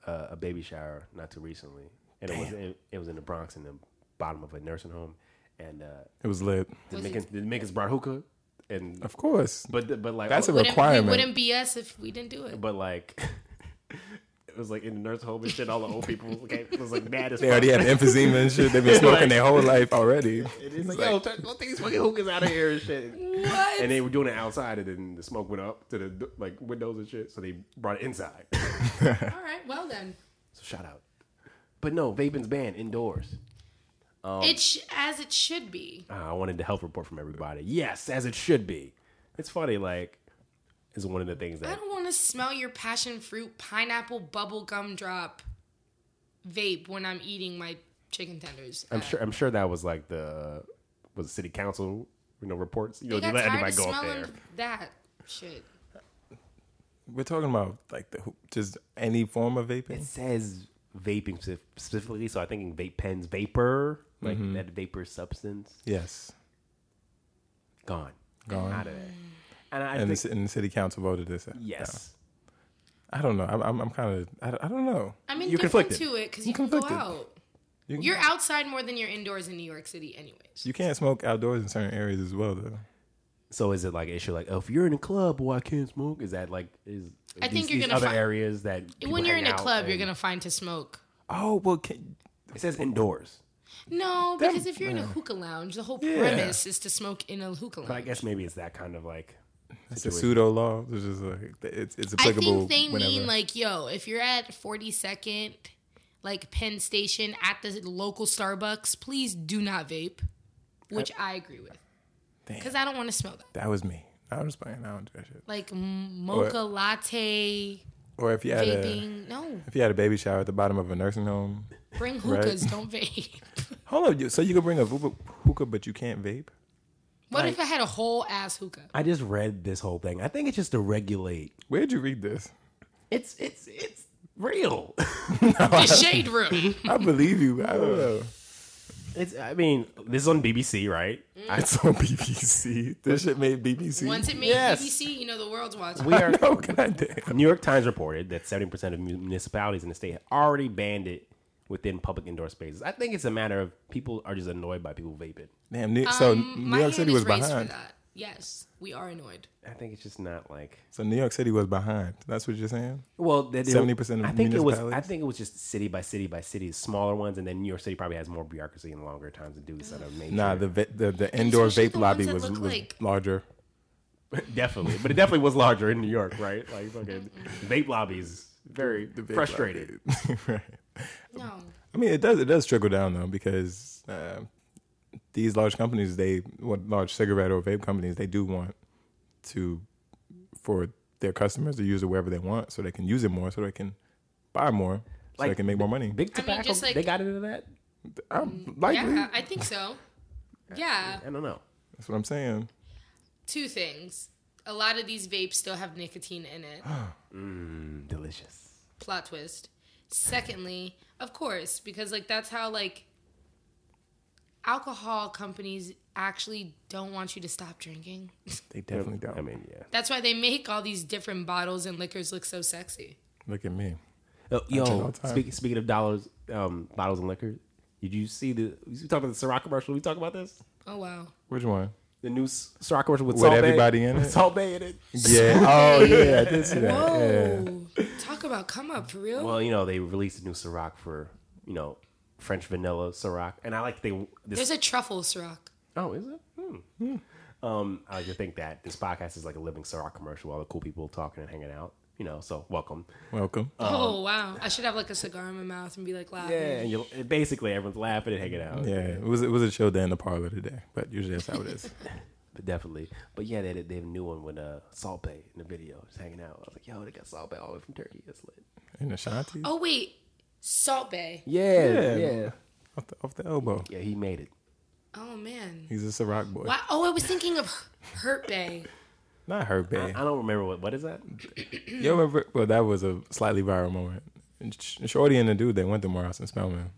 [SPEAKER 3] a, a baby shower not too recently, and it was it, it was in the Bronx in the bottom of a nursing home, and uh,
[SPEAKER 1] It was lit.
[SPEAKER 3] the Dominicans, the Dominicans brought hookah, and
[SPEAKER 1] Of course.
[SPEAKER 3] but but like
[SPEAKER 1] That's a
[SPEAKER 2] Wouldn't, it
[SPEAKER 1] requirement.
[SPEAKER 2] wouldn't be us if we didn't do it.
[SPEAKER 3] but like It was like in the nurse home and shit. All the old people was like, it was like mad as
[SPEAKER 1] They already have emphysema and shit. They've been smoking their whole life already.
[SPEAKER 3] It is like, yo, turn, let's take these fucking hookahs out of here and shit.
[SPEAKER 2] What?
[SPEAKER 3] And they were doing it outside, and then the smoke went up to the like windows and shit. So they brought it inside. so
[SPEAKER 2] All right, well then.
[SPEAKER 3] shout out.
[SPEAKER 4] But no, vaping's banned indoors.
[SPEAKER 3] Um,
[SPEAKER 2] It's sh- as it should be.
[SPEAKER 3] Ah, I wanted the health report from everybody. Yes, as it should be. It's funny, like, it's one of the things
[SPEAKER 2] I
[SPEAKER 3] that
[SPEAKER 2] don't want to smell your passion fruit, pineapple, bubble gum drop vape when I'm eating my chicken tenders. Uh,
[SPEAKER 3] I'm sure. I'm sure that was like the uh, was the city council, you know, reports. You know,
[SPEAKER 2] They
[SPEAKER 3] you
[SPEAKER 2] got
[SPEAKER 3] let
[SPEAKER 2] tired
[SPEAKER 3] anybody
[SPEAKER 2] of
[SPEAKER 3] go up
[SPEAKER 2] smelling
[SPEAKER 3] there.
[SPEAKER 2] that shit.
[SPEAKER 1] We're talking about like the just any form of vaping.
[SPEAKER 3] It says vaping spef- specifically, so I'm thinking vape pens, vapor, like that vapor substance
[SPEAKER 1] yes,
[SPEAKER 3] gone,
[SPEAKER 1] Gone.
[SPEAKER 3] out of there. And I
[SPEAKER 1] and the,
[SPEAKER 3] think
[SPEAKER 1] ci- and the city council voted this. out.
[SPEAKER 3] yes,
[SPEAKER 1] I don't know. I'm I'm, I'm kind of I, don't- I don't know.
[SPEAKER 2] I mean,
[SPEAKER 3] You're
[SPEAKER 2] different
[SPEAKER 3] conflicted.
[SPEAKER 2] to it because you
[SPEAKER 1] You're
[SPEAKER 2] can go
[SPEAKER 1] conflicted.
[SPEAKER 2] out.
[SPEAKER 1] You,
[SPEAKER 2] You're outside more than you're indoors in New York City, anyways.
[SPEAKER 1] you can't smoke outdoors in certain areas as well though.
[SPEAKER 3] So is it like an issue like oh, if you're in a club, well, I can't smoke? Is that like is
[SPEAKER 2] I think you're gonna
[SPEAKER 3] other
[SPEAKER 2] fi-
[SPEAKER 3] areas that
[SPEAKER 2] when
[SPEAKER 3] people
[SPEAKER 2] you're in
[SPEAKER 3] hang
[SPEAKER 2] a
[SPEAKER 3] out
[SPEAKER 2] club, you're
[SPEAKER 3] and-
[SPEAKER 2] gonna find to smoke.
[SPEAKER 1] Oh well, can,
[SPEAKER 3] it says indoors.
[SPEAKER 2] No,
[SPEAKER 1] Them-
[SPEAKER 2] because if you're in a hookah lounge, the whole premise is to smoke in a hookah
[SPEAKER 3] But I
[SPEAKER 2] lounge.
[SPEAKER 3] guess maybe it's that kind of like
[SPEAKER 1] it's a pseudo law. It's just like it's it's
[SPEAKER 2] I
[SPEAKER 1] applicable.
[SPEAKER 2] think they
[SPEAKER 1] whenever.
[SPEAKER 2] mean like, yo, if you're at 42nd, like Penn Station at the local Starbucks, please do not vape, which I, agree with,
[SPEAKER 1] Damn.
[SPEAKER 2] because I don't want to smell that.
[SPEAKER 1] that was me. I was playing. I don't do that shit.
[SPEAKER 2] Like m- mocha latte
[SPEAKER 1] Or if you had a
[SPEAKER 2] vaping, no,
[SPEAKER 1] if you had a baby shower at the bottom of a nursing home.
[SPEAKER 2] bring hookahs, don't vape.
[SPEAKER 1] Hold on, you- so you can bring a hookah, hookah, but you can't vape.
[SPEAKER 2] What if I had a whole ass hookah?
[SPEAKER 3] I just read this whole thing. I think it's just to regulate.
[SPEAKER 1] Where'd you read this?
[SPEAKER 3] It's it's it's real.
[SPEAKER 2] The shade room.
[SPEAKER 1] I believe you. I don't know.
[SPEAKER 3] it's I mean this is on BBC, right?
[SPEAKER 1] It's on BBC. This shit made BBC.
[SPEAKER 2] Once it made
[SPEAKER 3] Yes.
[SPEAKER 2] BBC, you know the world's watching.
[SPEAKER 3] We are.
[SPEAKER 1] no, goddamn.
[SPEAKER 3] New York Times reported that 70% of municipalities in the state have already banned it within public indoor spaces. I think it's a matter of people are just annoyed by people vaping.
[SPEAKER 1] Damn. New, so
[SPEAKER 2] Um, My
[SPEAKER 1] New York
[SPEAKER 2] hand
[SPEAKER 1] City
[SPEAKER 2] is
[SPEAKER 1] was
[SPEAKER 2] raised
[SPEAKER 1] behind.
[SPEAKER 2] For that. Yes, we are annoyed.
[SPEAKER 3] I think it's just not like
[SPEAKER 1] So New York City was behind. That's what you're saying.
[SPEAKER 3] well, that it-
[SPEAKER 1] 70% of
[SPEAKER 3] I think it was. I
[SPEAKER 1] municipalities?
[SPEAKER 3] think it was just city by city by city, smaller ones, and then New York City probably has more bureaucracy and longer times to do this out of nature.
[SPEAKER 1] Nah, the va- the, the indoor
[SPEAKER 2] especially
[SPEAKER 1] vape
[SPEAKER 2] the
[SPEAKER 1] lobby
[SPEAKER 2] ones
[SPEAKER 1] was,
[SPEAKER 2] that
[SPEAKER 1] was
[SPEAKER 2] look like-
[SPEAKER 1] larger.
[SPEAKER 3] definitely, but it definitely was larger in New York, right? Like fucking vape lobbies, very
[SPEAKER 1] Vape
[SPEAKER 3] frustrated.
[SPEAKER 1] lobby. right.
[SPEAKER 2] No.
[SPEAKER 1] I mean, it does it does trickle down though because uh, these large companies, they what large cigarette or vape companies, they do want to for their customers to use it wherever they want, so they can use it more, so they can buy more, so they
[SPEAKER 3] Like
[SPEAKER 1] can make more money.
[SPEAKER 3] Big
[SPEAKER 2] I mean,
[SPEAKER 3] tobacco,
[SPEAKER 2] just like-
[SPEAKER 3] they got into that.
[SPEAKER 1] I'm likely.
[SPEAKER 2] Mm, Yeah, I think so. Yeah.
[SPEAKER 3] I don't know.
[SPEAKER 1] That's what I'm saying.
[SPEAKER 2] Two things. A lot of these vapes still have nicotine in it.
[SPEAKER 3] Delicious.
[SPEAKER 2] Plot twist. Secondly, of course, because like that's how like alcohol companies actually don't want you to stop drinking.
[SPEAKER 1] They definitely don't.
[SPEAKER 3] I mean, yeah.
[SPEAKER 2] That's why they make all these different bottles and liquors look so sexy.
[SPEAKER 1] Look at me.
[SPEAKER 3] Oh,
[SPEAKER 1] all
[SPEAKER 3] yo,
[SPEAKER 1] the time.
[SPEAKER 3] speak, speaking of dollars, um, bottles and liquor, did you see the? We talked about the Ciroc commercial. We talk about this.
[SPEAKER 2] Oh wow.
[SPEAKER 1] Which one?
[SPEAKER 3] The new S- Ciroc commercial with,
[SPEAKER 1] With
[SPEAKER 3] Salt Bae?
[SPEAKER 1] everybody in it?
[SPEAKER 3] Salt Bae in it.
[SPEAKER 1] Yeah. Oh yeah, I did see that. Yeah.
[SPEAKER 2] Whoa. Talk about come up for real.
[SPEAKER 3] Well, you know they released a new Ciroc for you know French vanilla Ciroc, and I like they. This,
[SPEAKER 2] There's a truffle Ciroc.
[SPEAKER 3] oh, is it? Hmm. Um, I like to think that this podcast is like a living Ciroc commercial. All the cool people talking and hanging out. You know, so welcome.
[SPEAKER 1] Welcome.
[SPEAKER 2] oh wow. I should have like a cigar in my mouth and be like laughing.
[SPEAKER 3] Yeah, and you basically everyone's laughing and hanging out.
[SPEAKER 1] Yeah, it was it was a chill day in the parlor today, but usually that's how it is.
[SPEAKER 3] But definitely. But yeah, they, they have a new one with uh, Salt Bay in the video, just hanging out. I was like, yo, they got Salt Bay all the way from Turkey. That's lit.
[SPEAKER 1] In Ashanti,
[SPEAKER 2] Oh wait. Salt Bay.
[SPEAKER 3] Yeah, yeah.
[SPEAKER 1] yeah.
[SPEAKER 3] Yeah,
[SPEAKER 1] off, the, off the elbow.
[SPEAKER 3] he made it.
[SPEAKER 2] Oh man.
[SPEAKER 1] He's a Ciroc boy.
[SPEAKER 2] Wow. Oh, I was thinking of Hurt Bay.
[SPEAKER 1] Not her bae.
[SPEAKER 3] I don't remember what, what is that?
[SPEAKER 1] You remember? Well, that was a slightly viral moment. And Sh- Shorty and the dude they went to Morris and Spellman.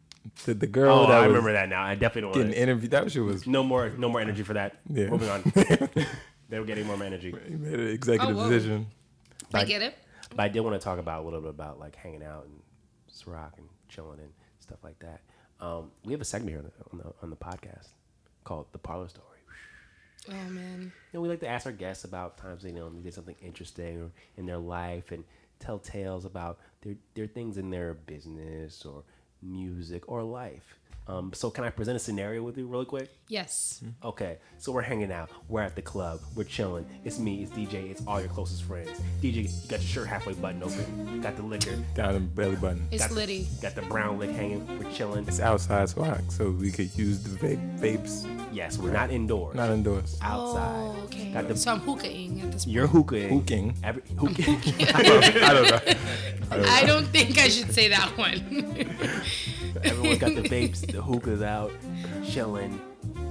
[SPEAKER 1] The, the girl
[SPEAKER 3] Oh,
[SPEAKER 1] that
[SPEAKER 3] I
[SPEAKER 1] was
[SPEAKER 3] remember that now. I definitely don't
[SPEAKER 1] getting
[SPEAKER 3] want to.
[SPEAKER 1] interviewed. That shit was
[SPEAKER 3] No more, no more energy for that.
[SPEAKER 1] Yeah.
[SPEAKER 3] Moving on. they were getting more energy.
[SPEAKER 1] he made an executive
[SPEAKER 2] Oh, whoa.
[SPEAKER 1] decision.
[SPEAKER 2] I get it.
[SPEAKER 3] But I did want to talk about a little bit about like hanging out and Ciroc and chilling and stuff like that. Um, we have a segment here on the, on the, on the podcast called The Parlor Story.
[SPEAKER 2] Oh man.
[SPEAKER 3] you know, we like to ask our guests about times they know they did something interesting or in their life and tell tales about their their things in their business or music or life. Um, so can I present a scenario with you really quick?
[SPEAKER 2] Yes.
[SPEAKER 3] Hmm. Okay, so we're hanging out. We're at the club. We're chilling. It's me. It's DJ. It's all your closest friends. DJ, you got your shirt halfway buttoned open. Got the liquor.
[SPEAKER 1] down the belly button.
[SPEAKER 2] It's
[SPEAKER 3] Got the-
[SPEAKER 2] Liddy.
[SPEAKER 3] Got the brown lick hanging. We're chilling.
[SPEAKER 1] It's outside, so I, so we could use the vape, vapes,
[SPEAKER 3] Yes, we're not indoors.
[SPEAKER 1] not indoors.
[SPEAKER 3] outside.
[SPEAKER 2] Oh, okay.
[SPEAKER 3] Got the-
[SPEAKER 2] so I'm hookahing at this point.
[SPEAKER 3] You're hookahing.
[SPEAKER 1] Hooking.
[SPEAKER 3] Every, hookahing.
[SPEAKER 1] I don't know.
[SPEAKER 2] I don't think I should say that one.
[SPEAKER 3] Everyone's got the vapes, the hookahs out, chilling,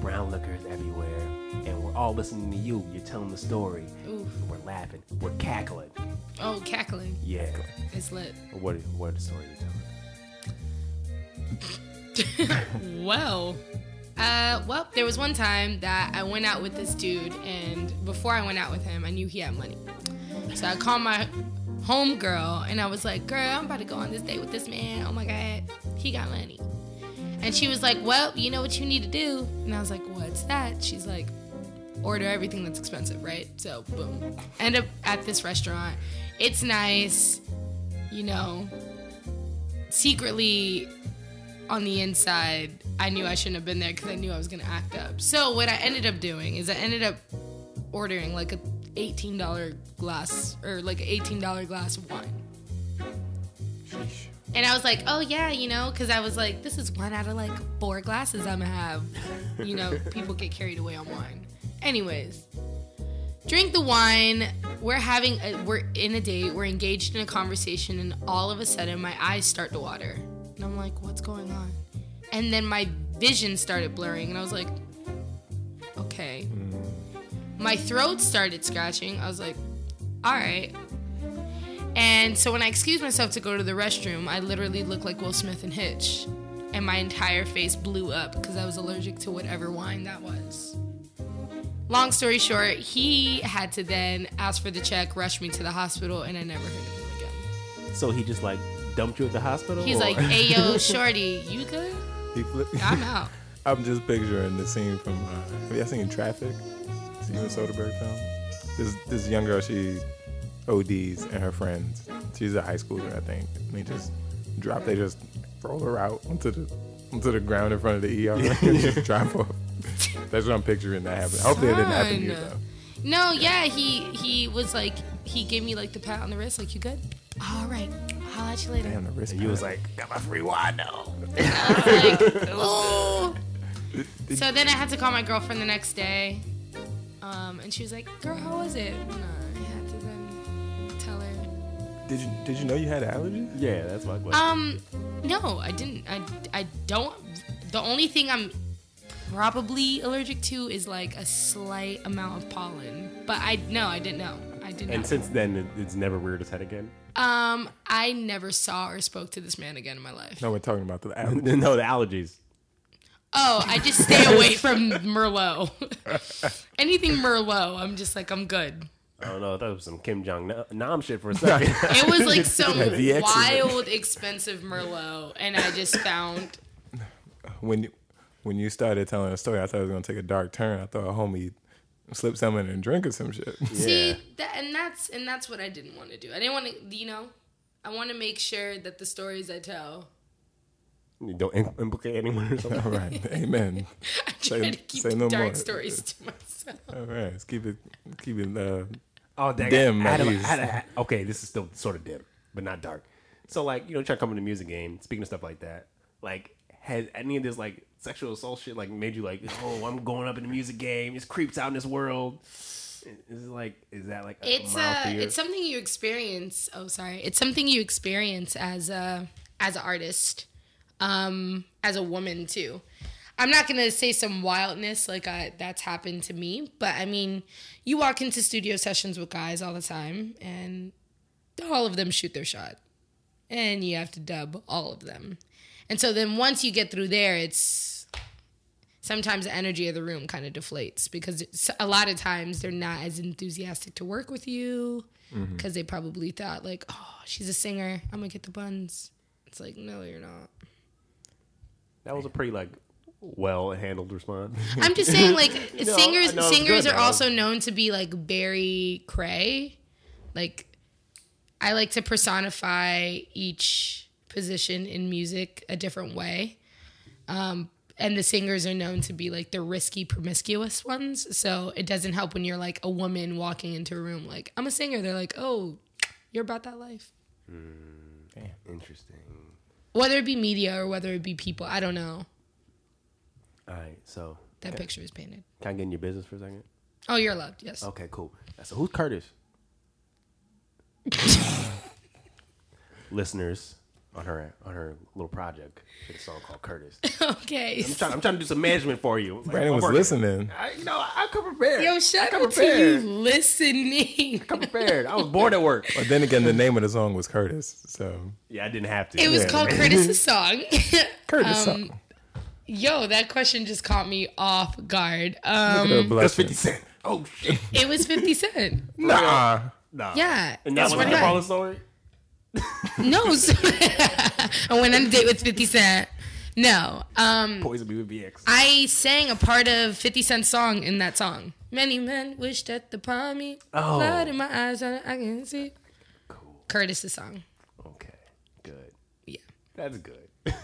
[SPEAKER 3] brown liquors everywhere, and we're all listening to you. You're telling the story.
[SPEAKER 2] Ooh.
[SPEAKER 3] We're laughing. We're cackling.
[SPEAKER 2] Oh, cackling.
[SPEAKER 3] Yeah.
[SPEAKER 2] It's lit.
[SPEAKER 3] What what story are you telling?
[SPEAKER 2] Well, uh, well, there was one time that I went out with this dude, and before I went out with him, I knew he had money. So I called my home girl, and I was like, "Girl, I'm about to go on this date with this man. Oh my god, he got money." And she was like, "Well, you know what you need to do." And I was like, "What's that?" She's like, "Order everything that's expensive, right?" So boom, end up at this restaurant. It's nice, you know. Secretly, on the inside, I knew I shouldn't have been there because I knew I was gonna act up. So what I ended up doing is I ended up ordering like a eighteen dollar glass or like an eighteen dollar glass of wine. And I was like, oh yeah, you know, because I was like, this is one out of like four glasses I'm gonna have. You know, people get carried away on wine. Anyways, drink the wine. We're having a, we're in a date. We're engaged in a conversation, and all of a sudden, my eyes start to water, and I'm like, what's going on? And then my vision started blurring, and I was like, okay. My throat started scratching. I was like, all right. And so when I excused myself to go to the restroom, I literally looked like Will Smith and Hitch. And my entire face blew up because I was allergic to whatever wine that was. Long story short, he had to then ask for the check, rush me to the hospital, and I never heard of him again.
[SPEAKER 3] So he just like dumped you at the hospital?
[SPEAKER 2] He's
[SPEAKER 3] or-
[SPEAKER 2] like, hey, yo, Shorty, you good?
[SPEAKER 1] He flipped-
[SPEAKER 2] I'm out.
[SPEAKER 1] I'm just picturing the scene from uh, have y'all seen Traffic? Steven Soderbergh film. This this young girl she ODs and her friends. She's a high schooler I think. And they just drop. They just roll her out onto the onto the ground in front of the ER and just drop off. That's what I'm picturing that happening. Hopefully it didn't happen to you
[SPEAKER 2] Son.
[SPEAKER 1] though.
[SPEAKER 2] No, yeah, he he was like, he gave me like the pat on the wrist, like, you good? All right, holla at you later.
[SPEAKER 1] Damn the wrist.
[SPEAKER 3] And you was like, got my free wine now.
[SPEAKER 2] Ooh. So then I had to call my girlfriend the next day, um, and she was like, "Girl, how was it?" And uh, I had to then tell her.
[SPEAKER 1] did you did you know you had allergies?
[SPEAKER 3] Yeah, that's my question.
[SPEAKER 2] Um, no, I didn't. I I don't. The only thing I'm probably allergic to is like a slight amount of pollen, but I no, I didn't know. I didn't.
[SPEAKER 3] and since then, it, it's never reared its head again.
[SPEAKER 2] um, I never saw or spoke to this man again in my life.
[SPEAKER 1] No, we're talking about the allergies.
[SPEAKER 3] no, the allergies.
[SPEAKER 2] Oh, I just stay away from Merlot. Anything Merlot, I'm just like I'm good.
[SPEAKER 3] I don't know. I thought it was some Kim Jong Nam shit for a second.
[SPEAKER 2] It was like some
[SPEAKER 1] the X is it.
[SPEAKER 2] wild, expensive Merlot, and I just found.
[SPEAKER 1] when you when you started telling the story, I thought it was gonna take a dark turn. I thought a homie slipped something in a drink or some shit.
[SPEAKER 2] See, that, and that's and that's what I didn't want to do. I didn't want to, you know, I want to make sure that the stories I tell,
[SPEAKER 3] You don't im- implicate anyone or something.
[SPEAKER 1] All right, amen.
[SPEAKER 2] I try
[SPEAKER 1] Say-
[SPEAKER 2] to keep
[SPEAKER 1] say
[SPEAKER 2] the
[SPEAKER 1] no
[SPEAKER 2] dark
[SPEAKER 1] more.
[SPEAKER 2] stories to myself.
[SPEAKER 1] All right, let's keep it keep it. Uh,
[SPEAKER 3] Oh, dang.
[SPEAKER 1] Dim,
[SPEAKER 3] I
[SPEAKER 1] at
[SPEAKER 3] had a- I
[SPEAKER 1] least.
[SPEAKER 3] had a- okay, this is still sort of dim, but not dark. So, like, you know, trying to come in the music game, speaking of stuff like that, like, has any of this, like, sexual assault shit, like, made you, like, oh, I'm going up in the music game, this creeps out in this world? Is it like, is that, like, a
[SPEAKER 2] It's
[SPEAKER 3] mild
[SPEAKER 2] uh,
[SPEAKER 3] fear?
[SPEAKER 2] it's something you experience. Oh, sorry, it's something you experience as a as an artist, um, as a woman too. I'm not gonna say some wildness like I, that's happened to me, but I mean, you walk into studio sessions with guys all the time, and all of them shoot their shot, and you have to dub all of them, and so then once you get through there, it's sometimes the energy of the room kind of deflates because it's- a lot of times they're not as enthusiastic to work with you because they probably thought like, oh, she's a singer, I'm gonna get the buns. It's like, no, you're not.
[SPEAKER 3] That was a pretty like well handled response.
[SPEAKER 2] I'm just saying, like
[SPEAKER 3] No,
[SPEAKER 2] singers,
[SPEAKER 3] no, it's
[SPEAKER 2] singers
[SPEAKER 3] good,
[SPEAKER 2] are
[SPEAKER 3] though.
[SPEAKER 2] also known to be like very cray, like I like to personify each position in music a different way. Um, and the singers are known to be like the risky, promiscuous ones. So it doesn't help when you're like a woman walking into a room, like, I'm a singer. They're like, oh, you're about that life.
[SPEAKER 3] Interesting.
[SPEAKER 2] Whether it be media or whether it be people, I don't know.
[SPEAKER 3] All right, so
[SPEAKER 2] That picture is painted.
[SPEAKER 3] can I get in your business for a second?
[SPEAKER 2] Oh, you're allowed. Yes.
[SPEAKER 3] Okay, cool. So who's Curtis? Listeners on her on her little project, did a song called Curtis.
[SPEAKER 2] Okay.
[SPEAKER 3] I'm trying, I'm trying to do some management for you. Like,
[SPEAKER 1] Brandon
[SPEAKER 3] I'm
[SPEAKER 1] was
[SPEAKER 3] working.
[SPEAKER 1] listening.
[SPEAKER 3] I, you know, I come prepared.
[SPEAKER 2] Yo, shut
[SPEAKER 3] I
[SPEAKER 2] up
[SPEAKER 3] come
[SPEAKER 2] to you
[SPEAKER 3] prepared.
[SPEAKER 2] listening.
[SPEAKER 3] Come prepared. I was born at work.
[SPEAKER 1] But then again, the name of the song was Curtis. So
[SPEAKER 3] Yeah, I didn't have to.
[SPEAKER 2] It was
[SPEAKER 1] Yeah.
[SPEAKER 2] called Curtis's song.
[SPEAKER 1] Curtis
[SPEAKER 2] Um,
[SPEAKER 1] song.
[SPEAKER 2] Yo, that question just caught me off guard.
[SPEAKER 1] Look at
[SPEAKER 2] Um,
[SPEAKER 1] her
[SPEAKER 3] That's
[SPEAKER 1] blushing.
[SPEAKER 3] Fifty Cent. Oh shit.
[SPEAKER 2] it was 50 Cent.
[SPEAKER 1] Nah.
[SPEAKER 3] Nah.
[SPEAKER 2] Yeah.
[SPEAKER 3] And that
[SPEAKER 2] that's
[SPEAKER 3] was
[SPEAKER 2] what
[SPEAKER 3] the
[SPEAKER 2] I-
[SPEAKER 3] Paula story.
[SPEAKER 2] No. so- I went on a date with 50 Cent. No. Um,
[SPEAKER 3] Poison B with BX.
[SPEAKER 2] I sang a part of 50 Cent's song in that song. Many men wish that upon me.
[SPEAKER 3] Oh.
[SPEAKER 2] Blood in my eyes, I I can see. Curtis's song.
[SPEAKER 3] Okay. Good.
[SPEAKER 2] Yeah.
[SPEAKER 3] That's good.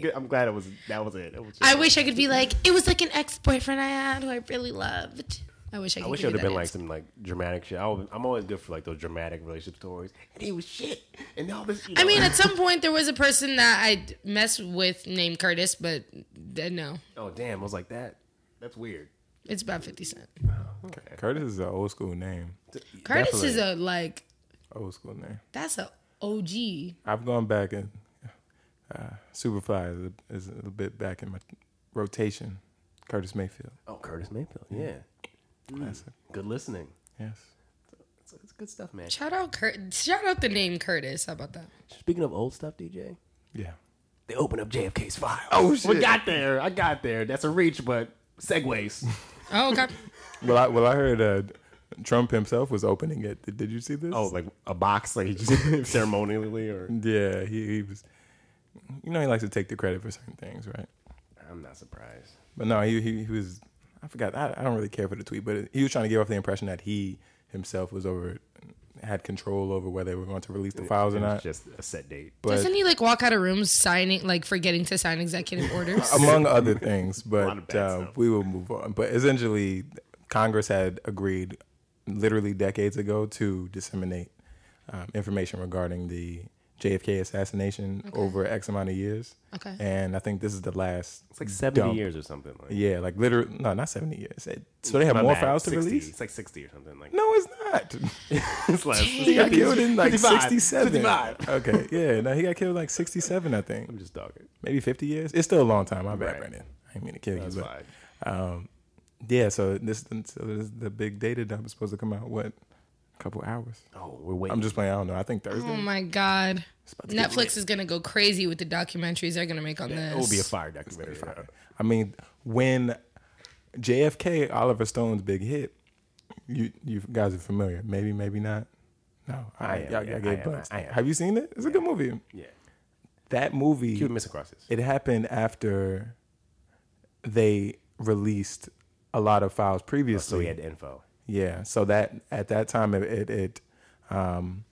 [SPEAKER 3] good. I'm glad it was. That was it. That was
[SPEAKER 2] I wish I could be like, it was like an ex boyfriend I had who I really loved. I wish I could.
[SPEAKER 3] I wish it
[SPEAKER 2] give
[SPEAKER 3] would
[SPEAKER 2] you
[SPEAKER 3] have been
[SPEAKER 2] that
[SPEAKER 3] like
[SPEAKER 2] answer.
[SPEAKER 3] some like dramatic shit. I always, I'm always good for like those dramatic relationship stories. And he was shit, and all this. You know.
[SPEAKER 2] I mean, at some point there was a person that I messed with named Curtis, but uh, no,
[SPEAKER 3] oh damn! I was like that. That's weird.
[SPEAKER 2] it's about Fifty Cent.
[SPEAKER 1] Curtis is an old school name.
[SPEAKER 2] Curtis is a like
[SPEAKER 1] Old school name.
[SPEAKER 2] that's a OG.
[SPEAKER 1] I've gone back and uh, Superfly is a, is a bit back in my rotation. Curtis Mayfield.
[SPEAKER 3] Oh, Curtis Mayfield.
[SPEAKER 2] Mm.
[SPEAKER 3] Yeah, Mm.
[SPEAKER 1] Classic.
[SPEAKER 3] good listening.
[SPEAKER 1] Yes.
[SPEAKER 3] It's, it's good stuff, man.
[SPEAKER 2] Shout out Cur- shout out the name Curtis. How about that?
[SPEAKER 3] Speaking of old stuff, DJ,
[SPEAKER 1] Yeah.
[SPEAKER 3] they opened up JFK's file. Oh shit! We got there. I got there. That's a reach, but segues.
[SPEAKER 2] Oh God,
[SPEAKER 1] Well, I, well, I heard uh, Trump himself was opening it. Did, did you see this?
[SPEAKER 3] oh, like a box, like just ceremonially, or
[SPEAKER 1] yeah. He, he was. You know, he likes to take the credit for certain things, right?
[SPEAKER 3] I'm not surprised.
[SPEAKER 1] But no, he he, he was. I forgot. I, I don't really care for the tweet, but he was trying to give off the impression that he himself was over, had control over whether they were going to release the files or
[SPEAKER 3] It was
[SPEAKER 1] not.
[SPEAKER 3] just a set date.
[SPEAKER 1] But
[SPEAKER 2] doesn't he like walk out of rooms signing like forgetting to sign executive orders?
[SPEAKER 1] among other things.
[SPEAKER 3] of
[SPEAKER 1] But
[SPEAKER 3] bad
[SPEAKER 1] uh,
[SPEAKER 3] stuff.
[SPEAKER 1] we will move on. But essentially, Congress had agreed literally decades ago to disseminate um, information regarding the JFK assassination over X amount of years.
[SPEAKER 2] Okay.
[SPEAKER 1] And I think this is the last.
[SPEAKER 3] It's like 70
[SPEAKER 1] dump.
[SPEAKER 3] years or something. Like.
[SPEAKER 1] Yeah, like literally, no, not 70 years. It- So they have
[SPEAKER 3] My
[SPEAKER 1] more
[SPEAKER 3] bad,
[SPEAKER 1] files to
[SPEAKER 3] 60.
[SPEAKER 1] release?
[SPEAKER 3] It's like 60 or something. Like
[SPEAKER 1] No, it's not.
[SPEAKER 3] it's less.
[SPEAKER 1] He got killed in like
[SPEAKER 3] 55,
[SPEAKER 1] 67.
[SPEAKER 3] 55.
[SPEAKER 1] Okay, yeah, no, he got killed like 67, I think.
[SPEAKER 3] I'm just dogging.
[SPEAKER 1] Maybe 50 years. It's still a long time. My bad,
[SPEAKER 3] Right.
[SPEAKER 1] Brandon. I didn't mean to kill you.
[SPEAKER 3] That's
[SPEAKER 1] but-
[SPEAKER 3] fine.
[SPEAKER 1] Yeah, so this, so this the big data dump is supposed to come out what a couple hours.
[SPEAKER 3] Oh, we're waiting.
[SPEAKER 1] I'm just playing. I don't know. I think Thursday.
[SPEAKER 2] oh my God,
[SPEAKER 1] about to get
[SPEAKER 2] Netflix is gonna go crazy with the documentaries they're gonna make on this.
[SPEAKER 3] It will be a fire documentary.
[SPEAKER 1] I mean, when JFK, Oliver Stone's big hit, you you guys are familiar. Maybe, maybe not. No, I,
[SPEAKER 3] am,
[SPEAKER 1] y'all-
[SPEAKER 3] yeah,
[SPEAKER 1] y'all
[SPEAKER 3] I
[SPEAKER 1] gave
[SPEAKER 3] am,
[SPEAKER 1] bucks.
[SPEAKER 3] I am.
[SPEAKER 1] Have you seen it? It's a good movie.
[SPEAKER 3] Yeah.
[SPEAKER 1] That movie.
[SPEAKER 3] You would miss across this.
[SPEAKER 1] It happened after they released a lot of files previously.
[SPEAKER 3] Oh, So we had the info.
[SPEAKER 1] Yeah. So that at that time it it, it um,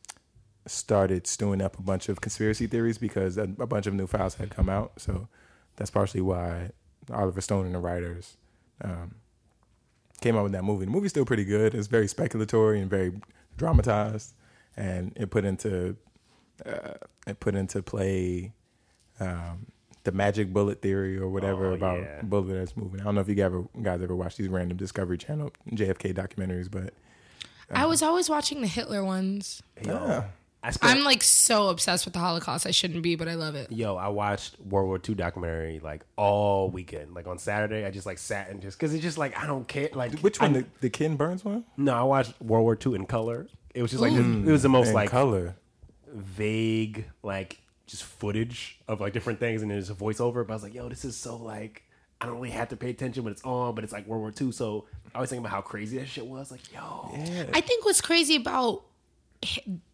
[SPEAKER 1] started stewing up a bunch of conspiracy theories because a, a bunch of new files had come out. So that's partially why Oliver Stone and the writers um, came out with that movie. The movie's still pretty good. It's very speculatory and very dramatized, and it put into uh, it put into play. Um, the magic bullet theory or whatever
[SPEAKER 3] Oh,
[SPEAKER 1] about
[SPEAKER 3] yeah.
[SPEAKER 1] bullet that's moving. I don't know if you ever guys ever watched these random Discovery Channel JFK documentaries, but
[SPEAKER 2] I was always watching the Hitler ones.
[SPEAKER 3] Yo, I spent,
[SPEAKER 2] I'm like so obsessed with the Holocaust. I shouldn't be, but I love it.
[SPEAKER 3] yo, I watched World War II documentary like all weekend. Like on Saturday, I just like sat and just because it's just like I don't care. Like
[SPEAKER 1] Which one?
[SPEAKER 3] I-
[SPEAKER 1] The, the Ken Burns one?
[SPEAKER 3] no, I watched World War II in color. It was just like it was the most
[SPEAKER 1] Mm. In
[SPEAKER 3] like
[SPEAKER 1] color.
[SPEAKER 3] vague like just footage of like different things and there's a voiceover but i was like yo this is so like i don't really have to pay attention when it's on but it's like world war ii so i was thinking about how crazy that shit was like yo
[SPEAKER 2] I think what's crazy about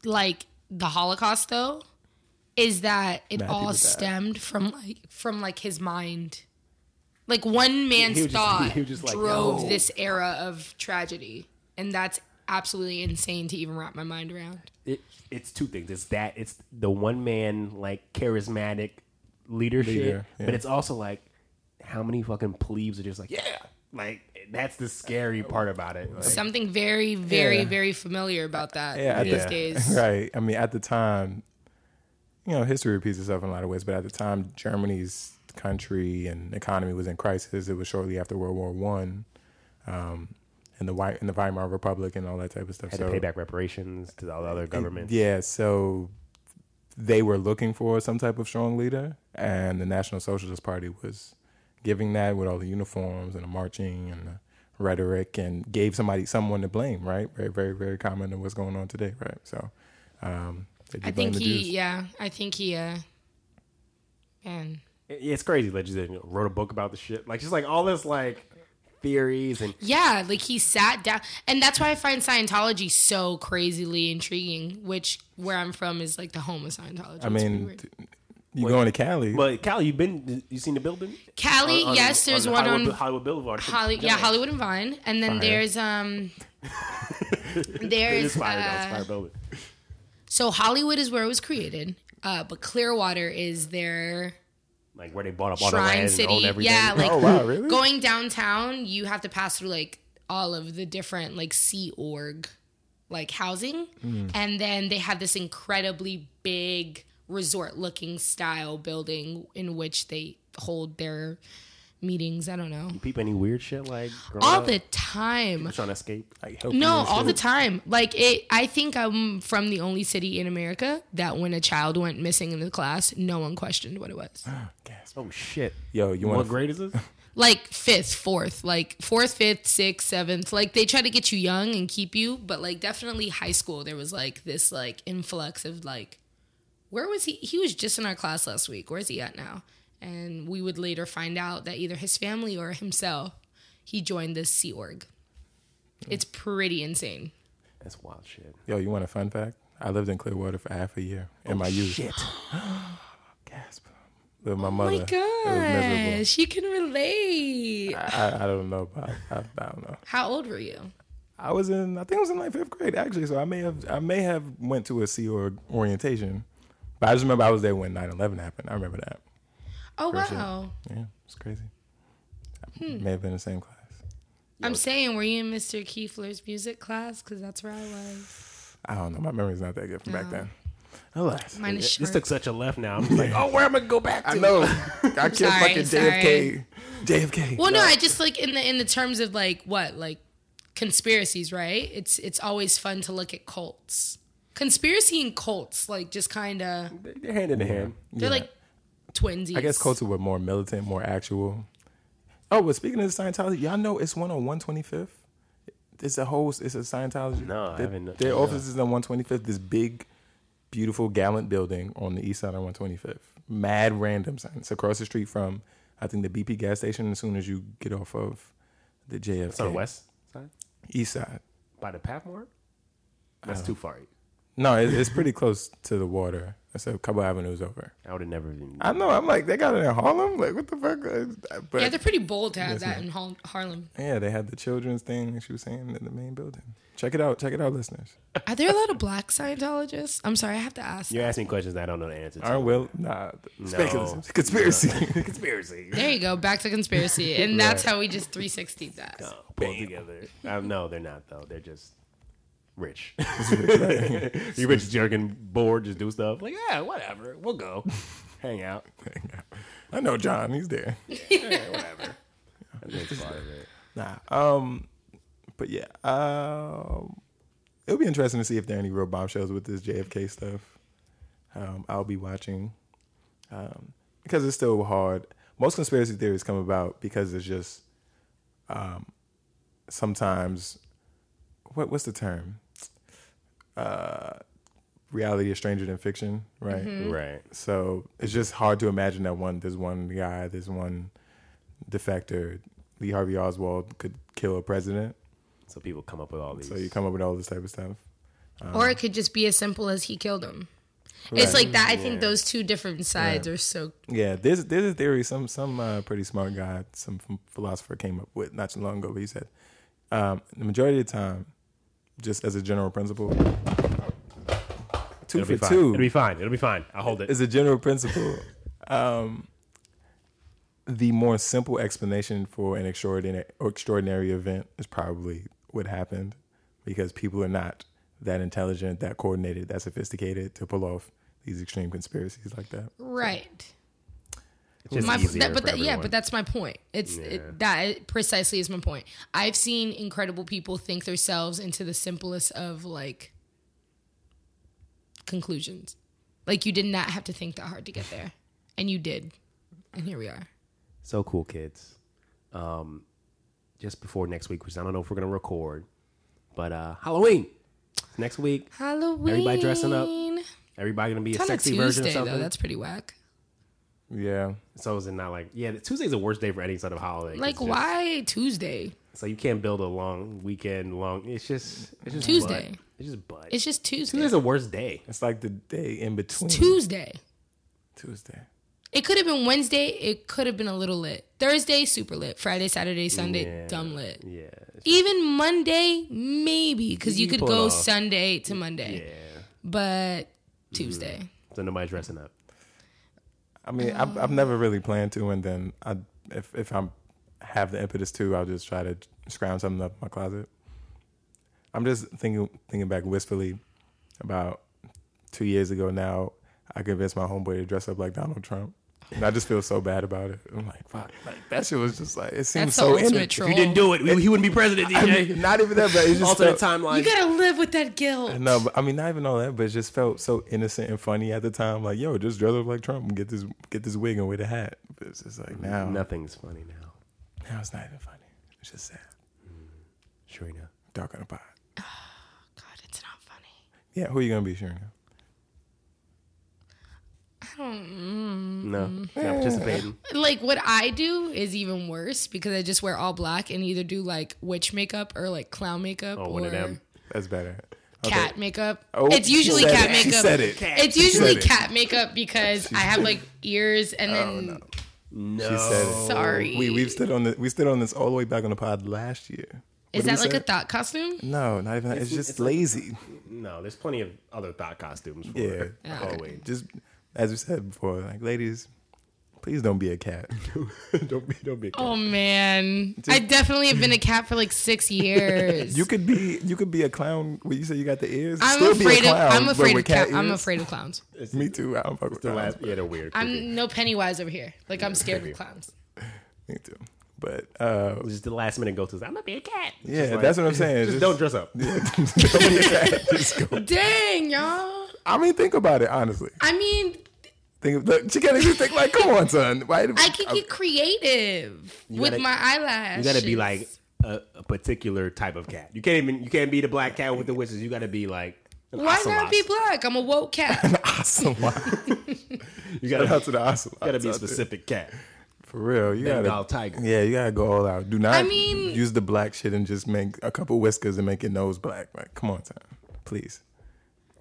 [SPEAKER 2] like the Holocaust though is that it
[SPEAKER 1] Mad people
[SPEAKER 2] all
[SPEAKER 1] died.
[SPEAKER 2] stemmed from like from like his mind. Like one man's
[SPEAKER 3] was just-
[SPEAKER 2] thought
[SPEAKER 3] he was just like,
[SPEAKER 2] drove
[SPEAKER 3] "Yo."
[SPEAKER 2] this era of tragedy, and that's absolutely insane to even wrap my mind around.
[SPEAKER 3] It, it's two things. It's that it's the one man like charismatic leadership,
[SPEAKER 1] Leader, yeah.
[SPEAKER 3] but it's also like how many fucking plebes are just like yeah, like that's the scary part about it. Like,
[SPEAKER 2] Something very, very,
[SPEAKER 1] Yeah.
[SPEAKER 2] very familiar about that
[SPEAKER 1] yeah, at
[SPEAKER 2] these
[SPEAKER 1] the-
[SPEAKER 2] days.
[SPEAKER 1] Right. I mean, at the time, you know, history repeats itself in a lot of ways, but at the time, Germany's country and economy was in crisis. It was shortly after World War One, um, and the Wei- and the Weimar Republic and all that type of stuff.
[SPEAKER 3] had
[SPEAKER 1] so,
[SPEAKER 3] to pay back reparations to all the other governments.
[SPEAKER 1] yeah, so they were looking for some type of strong leader, and the National Socialist Party was giving that with all the uniforms and the marching and the rhetoric, and gave somebody someone to blame. Right, very, very, very common to what's going on today. Right, so um, they do
[SPEAKER 2] I
[SPEAKER 1] blame
[SPEAKER 2] think
[SPEAKER 1] the
[SPEAKER 2] he,
[SPEAKER 1] Jews.
[SPEAKER 2] yeah, I think he, uh, man,
[SPEAKER 3] It- it's crazy. Like just you know, wrote a book about the shit. Like just like all this like theories and
[SPEAKER 2] yeah, like he sat down, and that's why I find Scientology so crazily intriguing. Which where I'm from is like the home of Scientology. It's
[SPEAKER 1] I
[SPEAKER 2] pretty
[SPEAKER 1] mean,
[SPEAKER 2] weird.
[SPEAKER 1] t- you going to Cali?
[SPEAKER 3] But Cal, you've been you seen the building?
[SPEAKER 2] Cali,
[SPEAKER 3] On- on-
[SPEAKER 2] yes, there's
[SPEAKER 3] the
[SPEAKER 2] one
[SPEAKER 3] Hollywood,
[SPEAKER 2] on
[SPEAKER 3] Hollywood Boulevard.
[SPEAKER 2] Holly, yeah, Hollywood and Vine, and then there's um,
[SPEAKER 3] It is
[SPEAKER 2] there's
[SPEAKER 3] fire. now, it's
[SPEAKER 2] uh,
[SPEAKER 3] fire building.
[SPEAKER 2] so Hollywood is where it was created, uh, but Clearwater is their
[SPEAKER 3] Like where they bought up all the
[SPEAKER 2] Shrine
[SPEAKER 3] land and owned
[SPEAKER 2] City.
[SPEAKER 3] everything.
[SPEAKER 2] Yeah, like
[SPEAKER 1] oh wow, really?
[SPEAKER 2] going downtown, you have to pass through like all of the different like Sea Org like housing,
[SPEAKER 1] Hmm.
[SPEAKER 2] and then they have this incredibly big resort looking style building in which they hold their meetings. I don't know.
[SPEAKER 3] peep any weird shit like growing
[SPEAKER 2] All
[SPEAKER 3] up?
[SPEAKER 2] the time.
[SPEAKER 3] trying to escape.
[SPEAKER 1] Like, help
[SPEAKER 2] No,
[SPEAKER 1] you and
[SPEAKER 2] all the
[SPEAKER 1] shit.
[SPEAKER 2] time. Like it I think I'm from the only city in America that when a child went missing in the class, no one questioned what it was.
[SPEAKER 1] Gasp.
[SPEAKER 3] Oh shit!
[SPEAKER 1] Yo, you
[SPEAKER 3] What
[SPEAKER 1] want?
[SPEAKER 3] grade is this?
[SPEAKER 2] Like fifth, fourth, like fourth, fifth, sixth, seventh. Like they try to get you young and keep you, but like definitely high school there was like this like influx of like where was he? He was just in our class last week. Where's he at now? And we would later find out that either his family or himself, he joined this Sea Org. It's pretty insane.
[SPEAKER 3] That's wild shit.
[SPEAKER 1] Yo, you want a fun fact? I lived in Clearwater for half a year
[SPEAKER 2] Oh,
[SPEAKER 1] in my youth.
[SPEAKER 3] Shit.
[SPEAKER 1] Gasp. With my mother.
[SPEAKER 2] Oh, my
[SPEAKER 1] It Oh, was miserable.
[SPEAKER 2] gosh, she can relate.
[SPEAKER 1] I, I don't know. About, I, I don't know.
[SPEAKER 2] How old were you?
[SPEAKER 1] I was in. I think I was in like fifth grade actually. So I may have. I may have went to a C or orientation, but I just remember I was there when 9-11 happened. I remember that.
[SPEAKER 2] Oh
[SPEAKER 1] Person.
[SPEAKER 2] wow!
[SPEAKER 1] Yeah, it's crazy.
[SPEAKER 2] Hmm.
[SPEAKER 1] I may have been in the same class.
[SPEAKER 2] I'm saying, were you in Mr. Kiefler's music class? Because that's where I was.
[SPEAKER 1] I don't know. My memory's not that good from back then. Alas.
[SPEAKER 2] Uh-huh. Mine is
[SPEAKER 3] This
[SPEAKER 2] short.
[SPEAKER 3] took such a left now. I'm just like, oh, where am I gonna go back to?
[SPEAKER 1] I know. I killed
[SPEAKER 2] Sorry,
[SPEAKER 1] fucking JFK. JFK.
[SPEAKER 2] well, no, I just like in the in the terms of like what like conspiracies, right? It's it's always fun to look at cults, conspiracy and cults, like just kind of
[SPEAKER 3] They- They're hand in hand.
[SPEAKER 2] they're like twinsies.
[SPEAKER 1] I guess cults were more militant, more actual. Oh, but speaking of Scientology, y'all know it's one on one twenty fifth. It's a whole. It's a Scientology.
[SPEAKER 3] No, I
[SPEAKER 1] Their-
[SPEAKER 3] haven't-
[SPEAKER 1] Their
[SPEAKER 3] no.
[SPEAKER 1] office is on one twenty fifth. This big, beautiful, gallant building on the east side of one twenty fifth. Mad random signs across the street from, I think the BP gas station. As soon as you get off of the JFK,
[SPEAKER 3] It's on the west side
[SPEAKER 1] east side.
[SPEAKER 3] by the Pathmark. That's too far.
[SPEAKER 1] No, it's, it's pretty close to the water. It's a couple avenues over.
[SPEAKER 3] I would have never even.
[SPEAKER 1] I know. I'm like, they got it in Harlem. Like, what the fuck? But
[SPEAKER 2] yeah, they're pretty bold to have that in Har- Harlem.
[SPEAKER 1] Yeah, they had the children's thing that she was saying in the main building. Check it out. Check it out, listeners.
[SPEAKER 2] Are there a lot of black Scientologists? I'm sorry, I have to ask.
[SPEAKER 3] You're asking questions that I don't know the answer to.
[SPEAKER 1] Our will, nah, speculative conspiracy.
[SPEAKER 3] Conspiracy.
[SPEAKER 2] There you go, back to conspiracy, and that's how we just 360 that.
[SPEAKER 3] Oh, pulled together. Um, no, they're not though. They're just rich. you rich jerking bored, just do stuff. Like yeah, whatever. We'll go hang out.
[SPEAKER 1] I know John. He's there.
[SPEAKER 3] Yeah, whatever. That's part of it.
[SPEAKER 1] Nah. Um, but yeah, um, it'll be interesting to see if there are any real bombshells with this JFK stuff. Um, I'll be watching um, because it's still hard. Most conspiracy theories come about because it's just um, sometimes what what's the term? Uh, reality is stranger than fiction, right?
[SPEAKER 3] Right.
[SPEAKER 1] So it's just hard to imagine that one. There's one guy. There's one defector. Lee Harvey Oswald could kill a president.
[SPEAKER 3] So people come up with all these.
[SPEAKER 1] So you come up with all this type of stuff.
[SPEAKER 2] Or it could just be as simple as he killed him. It's like that. I think those two different sides are so.
[SPEAKER 1] Yeah, there's there's a theory. Some some uh, pretty smart guy, some ph- philosopher came up with not too long ago. But he said um, the majority of the time, just as a general principle. 2
[SPEAKER 3] It'll
[SPEAKER 1] for
[SPEAKER 3] be fine.
[SPEAKER 1] two
[SPEAKER 3] It'll be fine. It'll be fine. I'll hold it.
[SPEAKER 1] as a general principle, um, the more simple explanation for an extraordinary extraordinary event is probably what happened, because people are not that intelligent, that coordinated, that sophisticated to pull off these extreme conspiracies like that.
[SPEAKER 2] Right.
[SPEAKER 3] It's just
[SPEAKER 2] my,
[SPEAKER 3] easier
[SPEAKER 2] that, but
[SPEAKER 3] for
[SPEAKER 2] that, yeah,
[SPEAKER 3] everyone.
[SPEAKER 2] but that's my point. It's it, that it- precisely is my point. I've seen incredible people think themselves into the simplest of like conclusions. Like you did not have to think that hard to get there, and you did, and here we are.
[SPEAKER 3] So cool, kids. Um, just before next week, which I don't know if we're gonna record, but uh, Halloween It's next week.
[SPEAKER 2] Halloween.
[SPEAKER 3] Everybody dressing up. Everybody gonna be a
[SPEAKER 2] Kind of
[SPEAKER 3] sexy
[SPEAKER 2] Tuesday
[SPEAKER 3] version of something.
[SPEAKER 2] though. That's pretty whack.
[SPEAKER 1] Yeah,
[SPEAKER 3] so is it not like yeah? Tuesday's the worst day for any sort of holiday. 'cause
[SPEAKER 2] Like
[SPEAKER 3] it's just-
[SPEAKER 2] why Tuesday?
[SPEAKER 3] So you can't build a long weekend long. It's just it's just
[SPEAKER 2] Tuesday.
[SPEAKER 3] butt. It's just butt.
[SPEAKER 2] It's just Tuesday.
[SPEAKER 3] Tuesday's the worst day.
[SPEAKER 1] it's like the day in between
[SPEAKER 2] Tuesday.
[SPEAKER 1] Tuesday.
[SPEAKER 2] It could have been Wednesday. It could have been a little lit. Thursday, super lit. Friday, Saturday, Sunday,
[SPEAKER 3] Yeah.
[SPEAKER 2] dumb lit.
[SPEAKER 3] Yeah.
[SPEAKER 2] Even Monday, maybe, because you,
[SPEAKER 3] You
[SPEAKER 2] could
[SPEAKER 3] pull it
[SPEAKER 2] go
[SPEAKER 3] off.
[SPEAKER 2] Sunday to
[SPEAKER 3] Yeah.
[SPEAKER 2] Monday. But Tuesday.
[SPEAKER 3] So nobody's dressing up.
[SPEAKER 1] I mean, I've,
[SPEAKER 2] Um.
[SPEAKER 1] I've never really planned to, and then I, if if I'm have the impetus to, I'll just try to scrounge something up in my closet. I'm just thinking thinking back wistfully about two years ago now. I convinced my homeboy to dress up like Donald Trump, and I just feel so bad about it. I'm like, fuck, like, that shit was just like it seems
[SPEAKER 2] That's
[SPEAKER 1] so
[SPEAKER 2] the ultimate
[SPEAKER 1] innocent.
[SPEAKER 2] troll.
[SPEAKER 3] If you didn't do it, we- he wouldn't be president,
[SPEAKER 1] I
[SPEAKER 3] DJ.
[SPEAKER 1] mean, not even that, but it's just
[SPEAKER 3] Alternate
[SPEAKER 1] so-
[SPEAKER 2] You
[SPEAKER 3] timeline.
[SPEAKER 2] gotta live with that guilt.
[SPEAKER 1] No, but I mean, not even all that, but it just felt so innocent and funny at the time. Like, yo, just dress up like Trump and get this get this wig and wear the hat. But it's just like now,
[SPEAKER 3] Nothing's funny now.
[SPEAKER 1] Now it's not even funny. It's just sad.
[SPEAKER 3] Sure enough.
[SPEAKER 1] Dark on the pot.
[SPEAKER 2] God, it's not funny.
[SPEAKER 1] Yeah, who you gonna be, Sure.
[SPEAKER 3] No.
[SPEAKER 2] Mm-hmm.
[SPEAKER 3] Not participating.
[SPEAKER 2] Like, what I do is even worse because I just wear all black and either do like witch makeup or like clown makeup
[SPEAKER 3] Oh,
[SPEAKER 2] or
[SPEAKER 3] one of them.
[SPEAKER 1] That's better. Okay.
[SPEAKER 2] cat makeup.
[SPEAKER 1] Oh,
[SPEAKER 2] it's
[SPEAKER 1] she
[SPEAKER 2] usually
[SPEAKER 1] said
[SPEAKER 2] cat
[SPEAKER 1] it. She
[SPEAKER 2] makeup.
[SPEAKER 1] said it.
[SPEAKER 2] It's usually
[SPEAKER 1] said it.
[SPEAKER 2] cat makeup because I have like ears and then
[SPEAKER 3] No.
[SPEAKER 1] She said it.
[SPEAKER 2] sorry.
[SPEAKER 1] We we've stood on the, we stood on this all the way back on the pod last year. What did
[SPEAKER 2] Is that
[SPEAKER 1] we
[SPEAKER 2] like
[SPEAKER 1] say?
[SPEAKER 2] a thought costume?
[SPEAKER 1] No, not even. that. It's, just lazy.
[SPEAKER 3] No, there's plenty of other thought costumes for
[SPEAKER 1] Yeah.
[SPEAKER 3] Halloween.
[SPEAKER 1] Just as we said before, like ladies, please don't be a cat.
[SPEAKER 3] don't be don't be a cat.
[SPEAKER 2] Oh man, I definitely have been a cat for like six years.
[SPEAKER 1] You could be you could be a clown. When you say you got the ears,
[SPEAKER 2] I'm
[SPEAKER 1] still
[SPEAKER 2] afraid
[SPEAKER 1] be a clown,
[SPEAKER 2] of. I'm
[SPEAKER 1] but
[SPEAKER 2] afraid
[SPEAKER 1] with
[SPEAKER 2] of. Cat
[SPEAKER 1] cat
[SPEAKER 2] I'm
[SPEAKER 1] ears.
[SPEAKER 2] afraid of clowns.
[SPEAKER 1] Me too. I don't fuck with
[SPEAKER 3] The
[SPEAKER 1] clowns.
[SPEAKER 3] last, yeah, they're weird. creepy.
[SPEAKER 2] I'm no Pennywise over here. Like I'm scared of clowns.
[SPEAKER 1] Me too. But uh,
[SPEAKER 3] It was just the last minute go to. I'm gonna be a cat. It's
[SPEAKER 1] yeah,
[SPEAKER 3] just like,
[SPEAKER 1] that's what I'm saying.
[SPEAKER 3] Just
[SPEAKER 1] Just-
[SPEAKER 3] don't dress up.
[SPEAKER 2] Dang, y'all.
[SPEAKER 1] I mean, think about it honestly.
[SPEAKER 2] I mean,
[SPEAKER 1] Think, look, she can't even think like, come on, son. Why?
[SPEAKER 2] I can get creative with
[SPEAKER 3] gotta-
[SPEAKER 2] my eyelash.
[SPEAKER 3] You gotta be like a, a particular type of cat. You can't even you can't be the black cat with the wishes. You gotta be like an
[SPEAKER 2] Why
[SPEAKER 3] ocelot.
[SPEAKER 2] not be black? I'm a woke cat.
[SPEAKER 1] ocelot.
[SPEAKER 3] You
[SPEAKER 1] Shout
[SPEAKER 3] gotta
[SPEAKER 1] out to the ocelot.
[SPEAKER 3] gotta be a specific cat.
[SPEAKER 1] For real, you
[SPEAKER 3] Bengal
[SPEAKER 1] gotta.
[SPEAKER 3] tiger.
[SPEAKER 1] Yeah, you gotta go all out. Do not.
[SPEAKER 2] I mean-
[SPEAKER 1] use the black shit and just make a couple whiskers and make your nose black. Like, come on, son, please.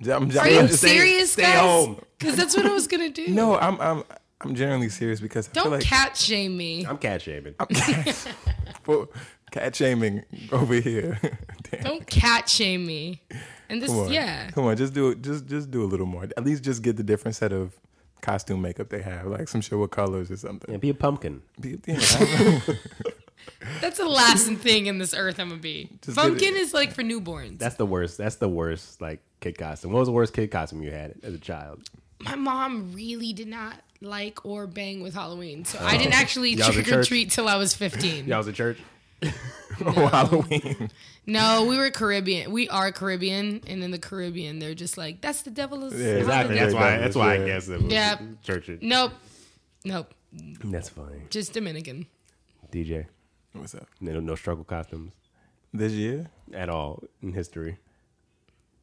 [SPEAKER 1] J- I'm,
[SPEAKER 2] Are
[SPEAKER 1] I'm
[SPEAKER 2] you
[SPEAKER 1] just-
[SPEAKER 3] stay-
[SPEAKER 2] serious,
[SPEAKER 3] stay
[SPEAKER 2] guys?
[SPEAKER 3] home.
[SPEAKER 2] Because that's what I was gonna do.
[SPEAKER 1] No, I'm. I'm. I'm generally serious because I
[SPEAKER 2] Don't
[SPEAKER 1] feel like
[SPEAKER 2] cat shame me.
[SPEAKER 3] I'm cat shaming.
[SPEAKER 1] for cat shaming over here. Damn.
[SPEAKER 2] Don't cat shame me. And this,
[SPEAKER 1] Come on.
[SPEAKER 2] yeah.
[SPEAKER 1] Come on, just do it. Just just do a little more. At least just get the different set of costume makeup they have, like some shit with colors or something.
[SPEAKER 3] Yeah, be a pumpkin.
[SPEAKER 1] Be- yeah, I-
[SPEAKER 2] That's the last thing in this earth I'm gonna be.
[SPEAKER 1] Just
[SPEAKER 2] Pumpkin
[SPEAKER 1] get it.
[SPEAKER 2] is like for newborns.
[SPEAKER 3] That's the worst. That's the worst like kid costume. What was the worst kid costume you had as a child?
[SPEAKER 2] My mom really did not like or bang with Halloween, so I didn't actually
[SPEAKER 3] Y'all was in
[SPEAKER 2] trick or
[SPEAKER 3] church?
[SPEAKER 2] treat till I was 15.
[SPEAKER 3] Y'all was at church.
[SPEAKER 1] oh, Halloween.
[SPEAKER 2] No, we were Caribbean. We are Caribbean, and in the Caribbean, they're just like, "That's the devil's." Yeah,
[SPEAKER 1] exactly.
[SPEAKER 3] That's why.
[SPEAKER 1] Yeah,
[SPEAKER 3] That's why
[SPEAKER 1] yeah.
[SPEAKER 3] I guess it was
[SPEAKER 2] Yeah.
[SPEAKER 3] church.
[SPEAKER 2] Nope, nope,
[SPEAKER 3] That's fine.
[SPEAKER 2] just Dominican.
[SPEAKER 3] DJ.
[SPEAKER 1] What's up?
[SPEAKER 3] No, no struggle costumes
[SPEAKER 1] This year?
[SPEAKER 3] at all in history.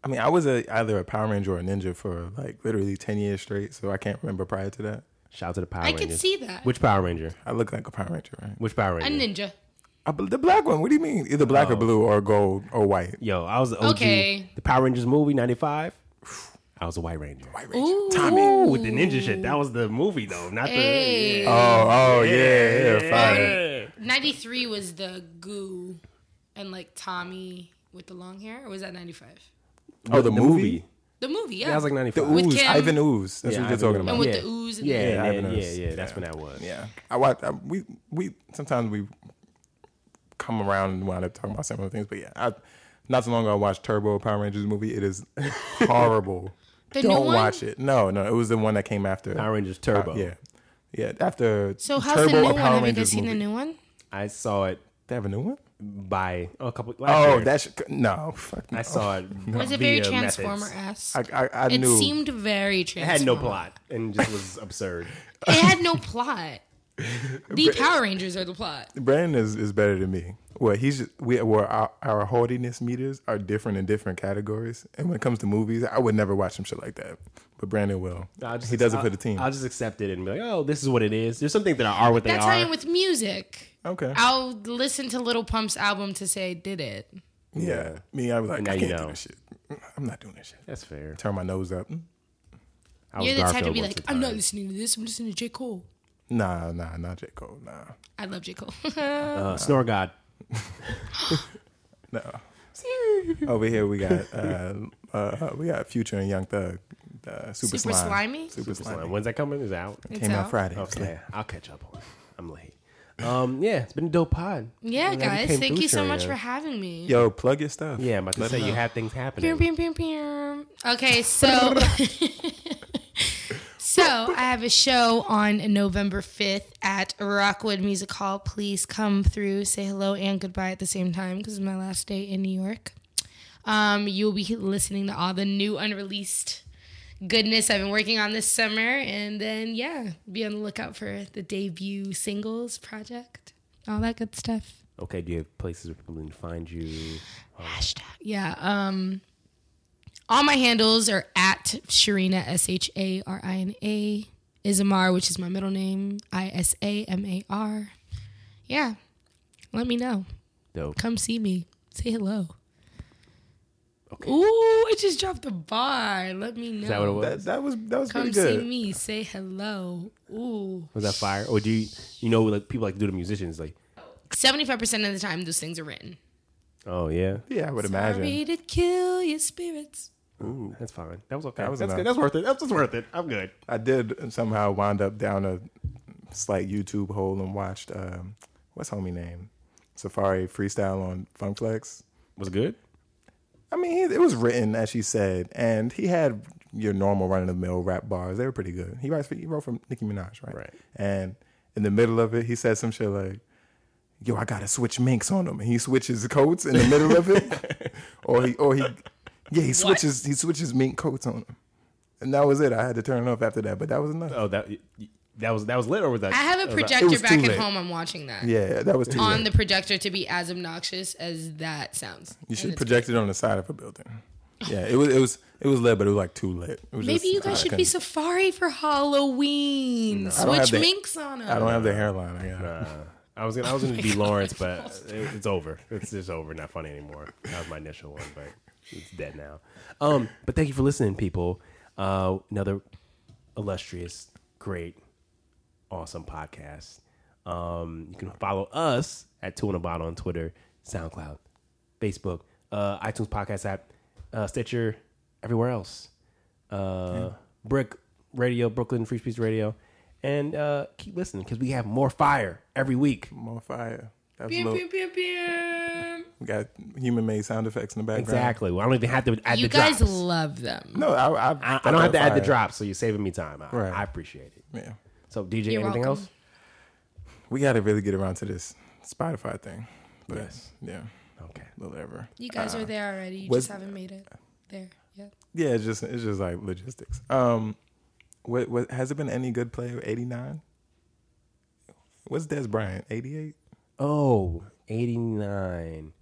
[SPEAKER 1] I mean, I was a, either a Power Ranger or a ninja for like literally 10 years straight, so I can't remember prior to that.
[SPEAKER 3] Shout out to the Power
[SPEAKER 2] I
[SPEAKER 3] Rangers.
[SPEAKER 2] could see that.
[SPEAKER 3] Which Power Ranger?
[SPEAKER 1] I look like a Power Ranger, right?
[SPEAKER 3] Which Power
[SPEAKER 2] A
[SPEAKER 3] Ranger?
[SPEAKER 2] ninja.
[SPEAKER 1] I, the black one, what do you mean? Either black or
[SPEAKER 3] Oh.
[SPEAKER 1] blue or gold or white.
[SPEAKER 3] Yo, I was the OG.
[SPEAKER 2] Okay.
[SPEAKER 3] The Power Rangers movie '95. I was a White Ranger.
[SPEAKER 1] White
[SPEAKER 2] Ooh.
[SPEAKER 3] Ooh, with the ninja shit. That was the movie though, not
[SPEAKER 2] Hey.
[SPEAKER 1] Oh, oh, yeah, yeah,
[SPEAKER 3] the.
[SPEAKER 1] fire.
[SPEAKER 3] Yeah.
[SPEAKER 2] 93 was the goo and like Tommy with the long hair, or was that ninety five?
[SPEAKER 1] Oh, the, movie?
[SPEAKER 2] the movie, yeah.
[SPEAKER 3] Yeah, I was like
[SPEAKER 1] The
[SPEAKER 3] 95.
[SPEAKER 2] With
[SPEAKER 1] ooze.
[SPEAKER 2] Kim.
[SPEAKER 1] Ivan Ooze. That's
[SPEAKER 3] Yeah,
[SPEAKER 1] what you're
[SPEAKER 3] Ivan
[SPEAKER 1] talking
[SPEAKER 3] Ooze.
[SPEAKER 1] about.
[SPEAKER 2] and with
[SPEAKER 3] Yeah.
[SPEAKER 2] the ooze. And
[SPEAKER 3] yeah,
[SPEAKER 2] The,
[SPEAKER 3] yeah,
[SPEAKER 1] Ivan
[SPEAKER 3] yeah,
[SPEAKER 1] Ooze.
[SPEAKER 3] yeah, that's
[SPEAKER 1] Yeah.
[SPEAKER 3] when that was.
[SPEAKER 1] Yeah, I watch. I, we we sometimes we come around and wind up talking about similar things, but yeah, I, not so long ago I watched Turbo Power Rangers movie. It is horrible.
[SPEAKER 2] The new
[SPEAKER 1] Don't
[SPEAKER 2] one?
[SPEAKER 1] watch it. No, no, it was the one that came after
[SPEAKER 3] Power Rangers Turbo.
[SPEAKER 1] Uh, Yeah, yeah. After
[SPEAKER 2] so how's
[SPEAKER 1] Turbo,
[SPEAKER 2] the new
[SPEAKER 1] a
[SPEAKER 2] one?
[SPEAKER 1] Power
[SPEAKER 2] Have you guys
[SPEAKER 1] Rangers
[SPEAKER 2] seen
[SPEAKER 1] movie.
[SPEAKER 2] the new one?
[SPEAKER 3] I saw it
[SPEAKER 1] They have a new one.
[SPEAKER 3] by a couple. last
[SPEAKER 1] Oh,
[SPEAKER 3] year.
[SPEAKER 1] that's no. Fuck. No.
[SPEAKER 3] I saw it.
[SPEAKER 2] Was it very
[SPEAKER 3] via methods.
[SPEAKER 2] Transformer esque?
[SPEAKER 1] I I, I
[SPEAKER 2] It
[SPEAKER 1] knew.
[SPEAKER 2] seemed very
[SPEAKER 3] It
[SPEAKER 2] Transformer.
[SPEAKER 3] had no plot and just was absurd.
[SPEAKER 2] It had no plot. The Power Rangers are the plot.
[SPEAKER 1] Brandon is, is better than me. Well, he's just, we well our, our haughtiness meters are different in different categories. And when it comes to movies, I would never watch some shit like that. But Brandon will.
[SPEAKER 3] I'll just-
[SPEAKER 1] he does it
[SPEAKER 3] I'll-
[SPEAKER 1] for the team.
[SPEAKER 3] I'll just accept it and be like, oh, this is what it is. There's some things that are what they
[SPEAKER 2] That's how I
[SPEAKER 3] are.
[SPEAKER 2] am with music.
[SPEAKER 1] okay.
[SPEAKER 2] I'll listen to Little Pump's album to say I did it.
[SPEAKER 1] yeah. Me, I was like,
[SPEAKER 3] Now
[SPEAKER 1] I
[SPEAKER 3] you
[SPEAKER 1] can't
[SPEAKER 3] know.
[SPEAKER 1] do this shit. Mm, I'm not doing this shit.
[SPEAKER 3] that's fair.
[SPEAKER 1] Turn my nose up. Mm.
[SPEAKER 3] I was
[SPEAKER 2] You're the type to
[SPEAKER 3] Garfield
[SPEAKER 2] be
[SPEAKER 3] once
[SPEAKER 2] like,
[SPEAKER 3] a
[SPEAKER 2] I'm not
[SPEAKER 3] time.
[SPEAKER 2] listening to this. I'm listening to J Cole.
[SPEAKER 1] Nah, nah, not J. Cole. Nah.
[SPEAKER 2] I love J Cole.
[SPEAKER 3] Uh, Snore God.
[SPEAKER 1] Over here we got uh, uh, we got Future and Young Thug. Uh, Super,
[SPEAKER 2] Super
[SPEAKER 1] Slime.
[SPEAKER 2] Slimy?
[SPEAKER 1] Super, Slime.
[SPEAKER 3] When's that coming? Is it out?
[SPEAKER 2] It's
[SPEAKER 1] Came out
[SPEAKER 2] out.
[SPEAKER 1] Friday.
[SPEAKER 3] Okay, I'll catch up on it. I'm late. Um, yeah, it's been a dope pod.
[SPEAKER 2] Yeah,
[SPEAKER 3] I'm glad
[SPEAKER 2] guys.
[SPEAKER 3] came
[SPEAKER 2] Thank
[SPEAKER 3] through,
[SPEAKER 2] you so much
[SPEAKER 3] Serena.
[SPEAKER 2] for uh, having me.
[SPEAKER 1] Yo, plug your stuff.
[SPEAKER 3] Yeah, I'm about to
[SPEAKER 1] Let
[SPEAKER 3] say
[SPEAKER 1] us
[SPEAKER 3] you
[SPEAKER 1] know.
[SPEAKER 3] have things
[SPEAKER 2] Pew,
[SPEAKER 3] happening.
[SPEAKER 2] pew, pew, pew. Okay, so so I have a show on November fifth at Rockwood Music Hall. Please come through, say hello and goodbye at the same time because it's my last day in New York. Um, you'll be listening to all the new unreleased goodness I've been working on this summer, and then yeah, be on the lookout for the debut singles project, all that good stuff.
[SPEAKER 3] Okay, do you have places where people can find you?
[SPEAKER 2] Hashtag. Yeah. Um, all my handles are at Sharina S H A R I N A Isamar, which is my middle name I S A M A R. Yeah. Let me know.
[SPEAKER 3] Dope.
[SPEAKER 2] Come see me. Say hello.
[SPEAKER 3] Okay.
[SPEAKER 2] Ooh, I just dropped the bar. Let me know.
[SPEAKER 3] Is that what it
[SPEAKER 1] That,
[SPEAKER 3] was?
[SPEAKER 1] that was that was
[SPEAKER 2] Come
[SPEAKER 1] pretty
[SPEAKER 2] see
[SPEAKER 1] good.
[SPEAKER 2] me. Say hello. Ooh.
[SPEAKER 3] Was that fire? Or do you, you know, like people like to do to musicians, like,
[SPEAKER 2] Seventy-five percent of the time, those things are written.
[SPEAKER 3] oh yeah,
[SPEAKER 1] Yeah, I would imagine.
[SPEAKER 2] Sorry to kill your spirits.
[SPEAKER 3] that's fine. That was okay.
[SPEAKER 1] was
[SPEAKER 3] that's
[SPEAKER 1] enough.
[SPEAKER 3] good. That's worth it. That's just worth it. I'm good.
[SPEAKER 1] I did somehow wind up down a slight YouTube hole and watched um, what's homie name Safari freestyle on Funkflex.
[SPEAKER 3] Was it good?
[SPEAKER 1] I mean, it was written as she said, and he had your normal run of the mill rap bars. They were pretty good. He writes for he wrote for Nicki Minaj, right?
[SPEAKER 3] Right.
[SPEAKER 1] And in the middle of it, he said some shit like. Yo, I gotta switch minks on him, and he switches coats in the middle of it, or he, or he, yeah, he switches, he switches mink coats on him, and that was it. I had to turn it off after that, but that was enough.
[SPEAKER 3] Oh, that y- y- that was that was lit, or was that?
[SPEAKER 2] I have a
[SPEAKER 3] was
[SPEAKER 1] It
[SPEAKER 2] projector
[SPEAKER 1] was
[SPEAKER 2] back
[SPEAKER 1] too
[SPEAKER 2] at
[SPEAKER 1] late.
[SPEAKER 2] home. I'm watching that.
[SPEAKER 1] Yeah, that was too.
[SPEAKER 2] on
[SPEAKER 1] late.
[SPEAKER 2] the projector to be as obnoxious as that sounds.
[SPEAKER 1] you
[SPEAKER 2] And
[SPEAKER 1] should
[SPEAKER 2] it's-
[SPEAKER 1] project it on the side of a building. Yeah, it was it was it was lit, but it was like too lit. It was
[SPEAKER 2] Maybe
[SPEAKER 1] just-
[SPEAKER 2] you guys
[SPEAKER 1] I
[SPEAKER 2] should
[SPEAKER 1] couldn't-
[SPEAKER 2] be safari for Halloween.
[SPEAKER 1] I don't have
[SPEAKER 2] Switch
[SPEAKER 1] the-
[SPEAKER 2] minks on them.
[SPEAKER 1] I don't have the hairline. I got.
[SPEAKER 3] that- uh, I was gonna I was gonna be Lawrence, but it, it's over. It's just over. Not funny anymore. That was my initial one, but it's dead now. Um, but thank you for listening, people. Uh, another illustrious, great, awesome podcast. Um, you can follow us at Two in a Bottle on Twitter, SoundCloud, Facebook, uh, iTunes podcast app, uh, Stitcher, everywhere else. Uh, Brick Radio, Brooklyn Free Speech Radio, and uh, keep listening because we have more fire every week.
[SPEAKER 1] More fire. That's
[SPEAKER 2] Pew,
[SPEAKER 1] low.
[SPEAKER 2] pew, pew, pew.
[SPEAKER 1] We got human made sound effects in the background.
[SPEAKER 3] Exactly. Well, I don't even have to add
[SPEAKER 2] You
[SPEAKER 3] the
[SPEAKER 2] guys
[SPEAKER 3] drops.
[SPEAKER 2] love them.
[SPEAKER 1] No, I I,
[SPEAKER 3] I,
[SPEAKER 1] thought
[SPEAKER 3] I don't have to
[SPEAKER 1] that
[SPEAKER 3] add the
[SPEAKER 1] fire.
[SPEAKER 3] drops, so you're saving me time. I,
[SPEAKER 1] Right.
[SPEAKER 3] I appreciate it.
[SPEAKER 1] Yeah,
[SPEAKER 3] So, DJ,
[SPEAKER 2] You're
[SPEAKER 3] anything
[SPEAKER 2] welcome.
[SPEAKER 3] else?
[SPEAKER 1] we got to really get around to this Spotify thing. But
[SPEAKER 3] Yes.
[SPEAKER 1] yeah,
[SPEAKER 3] Okay.
[SPEAKER 1] whatever.
[SPEAKER 2] You guys are there already. You
[SPEAKER 1] was-
[SPEAKER 2] just haven't made it there yet.
[SPEAKER 1] Yeah, it's just it's just like logistics. Um, what what has it been any good play? Eighty nine. What's Des Bryant? Eighty eight.
[SPEAKER 3] Oh, 89.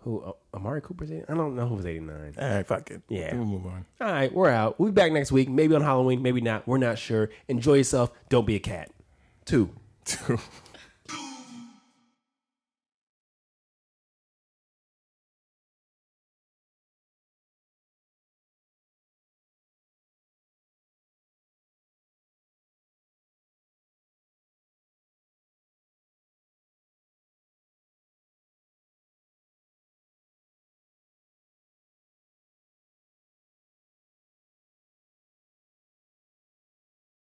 [SPEAKER 3] Who? Uh, Amari Cooper's 89? I don't know who was 89.
[SPEAKER 1] All right, Eh, fuck it.
[SPEAKER 3] Yeah.
[SPEAKER 1] we'll move on.
[SPEAKER 3] All right, we're out. We'll be back next week. Maybe on Halloween, maybe not. We're not sure. Enjoy yourself. Don't be a cat. Two.
[SPEAKER 1] Two.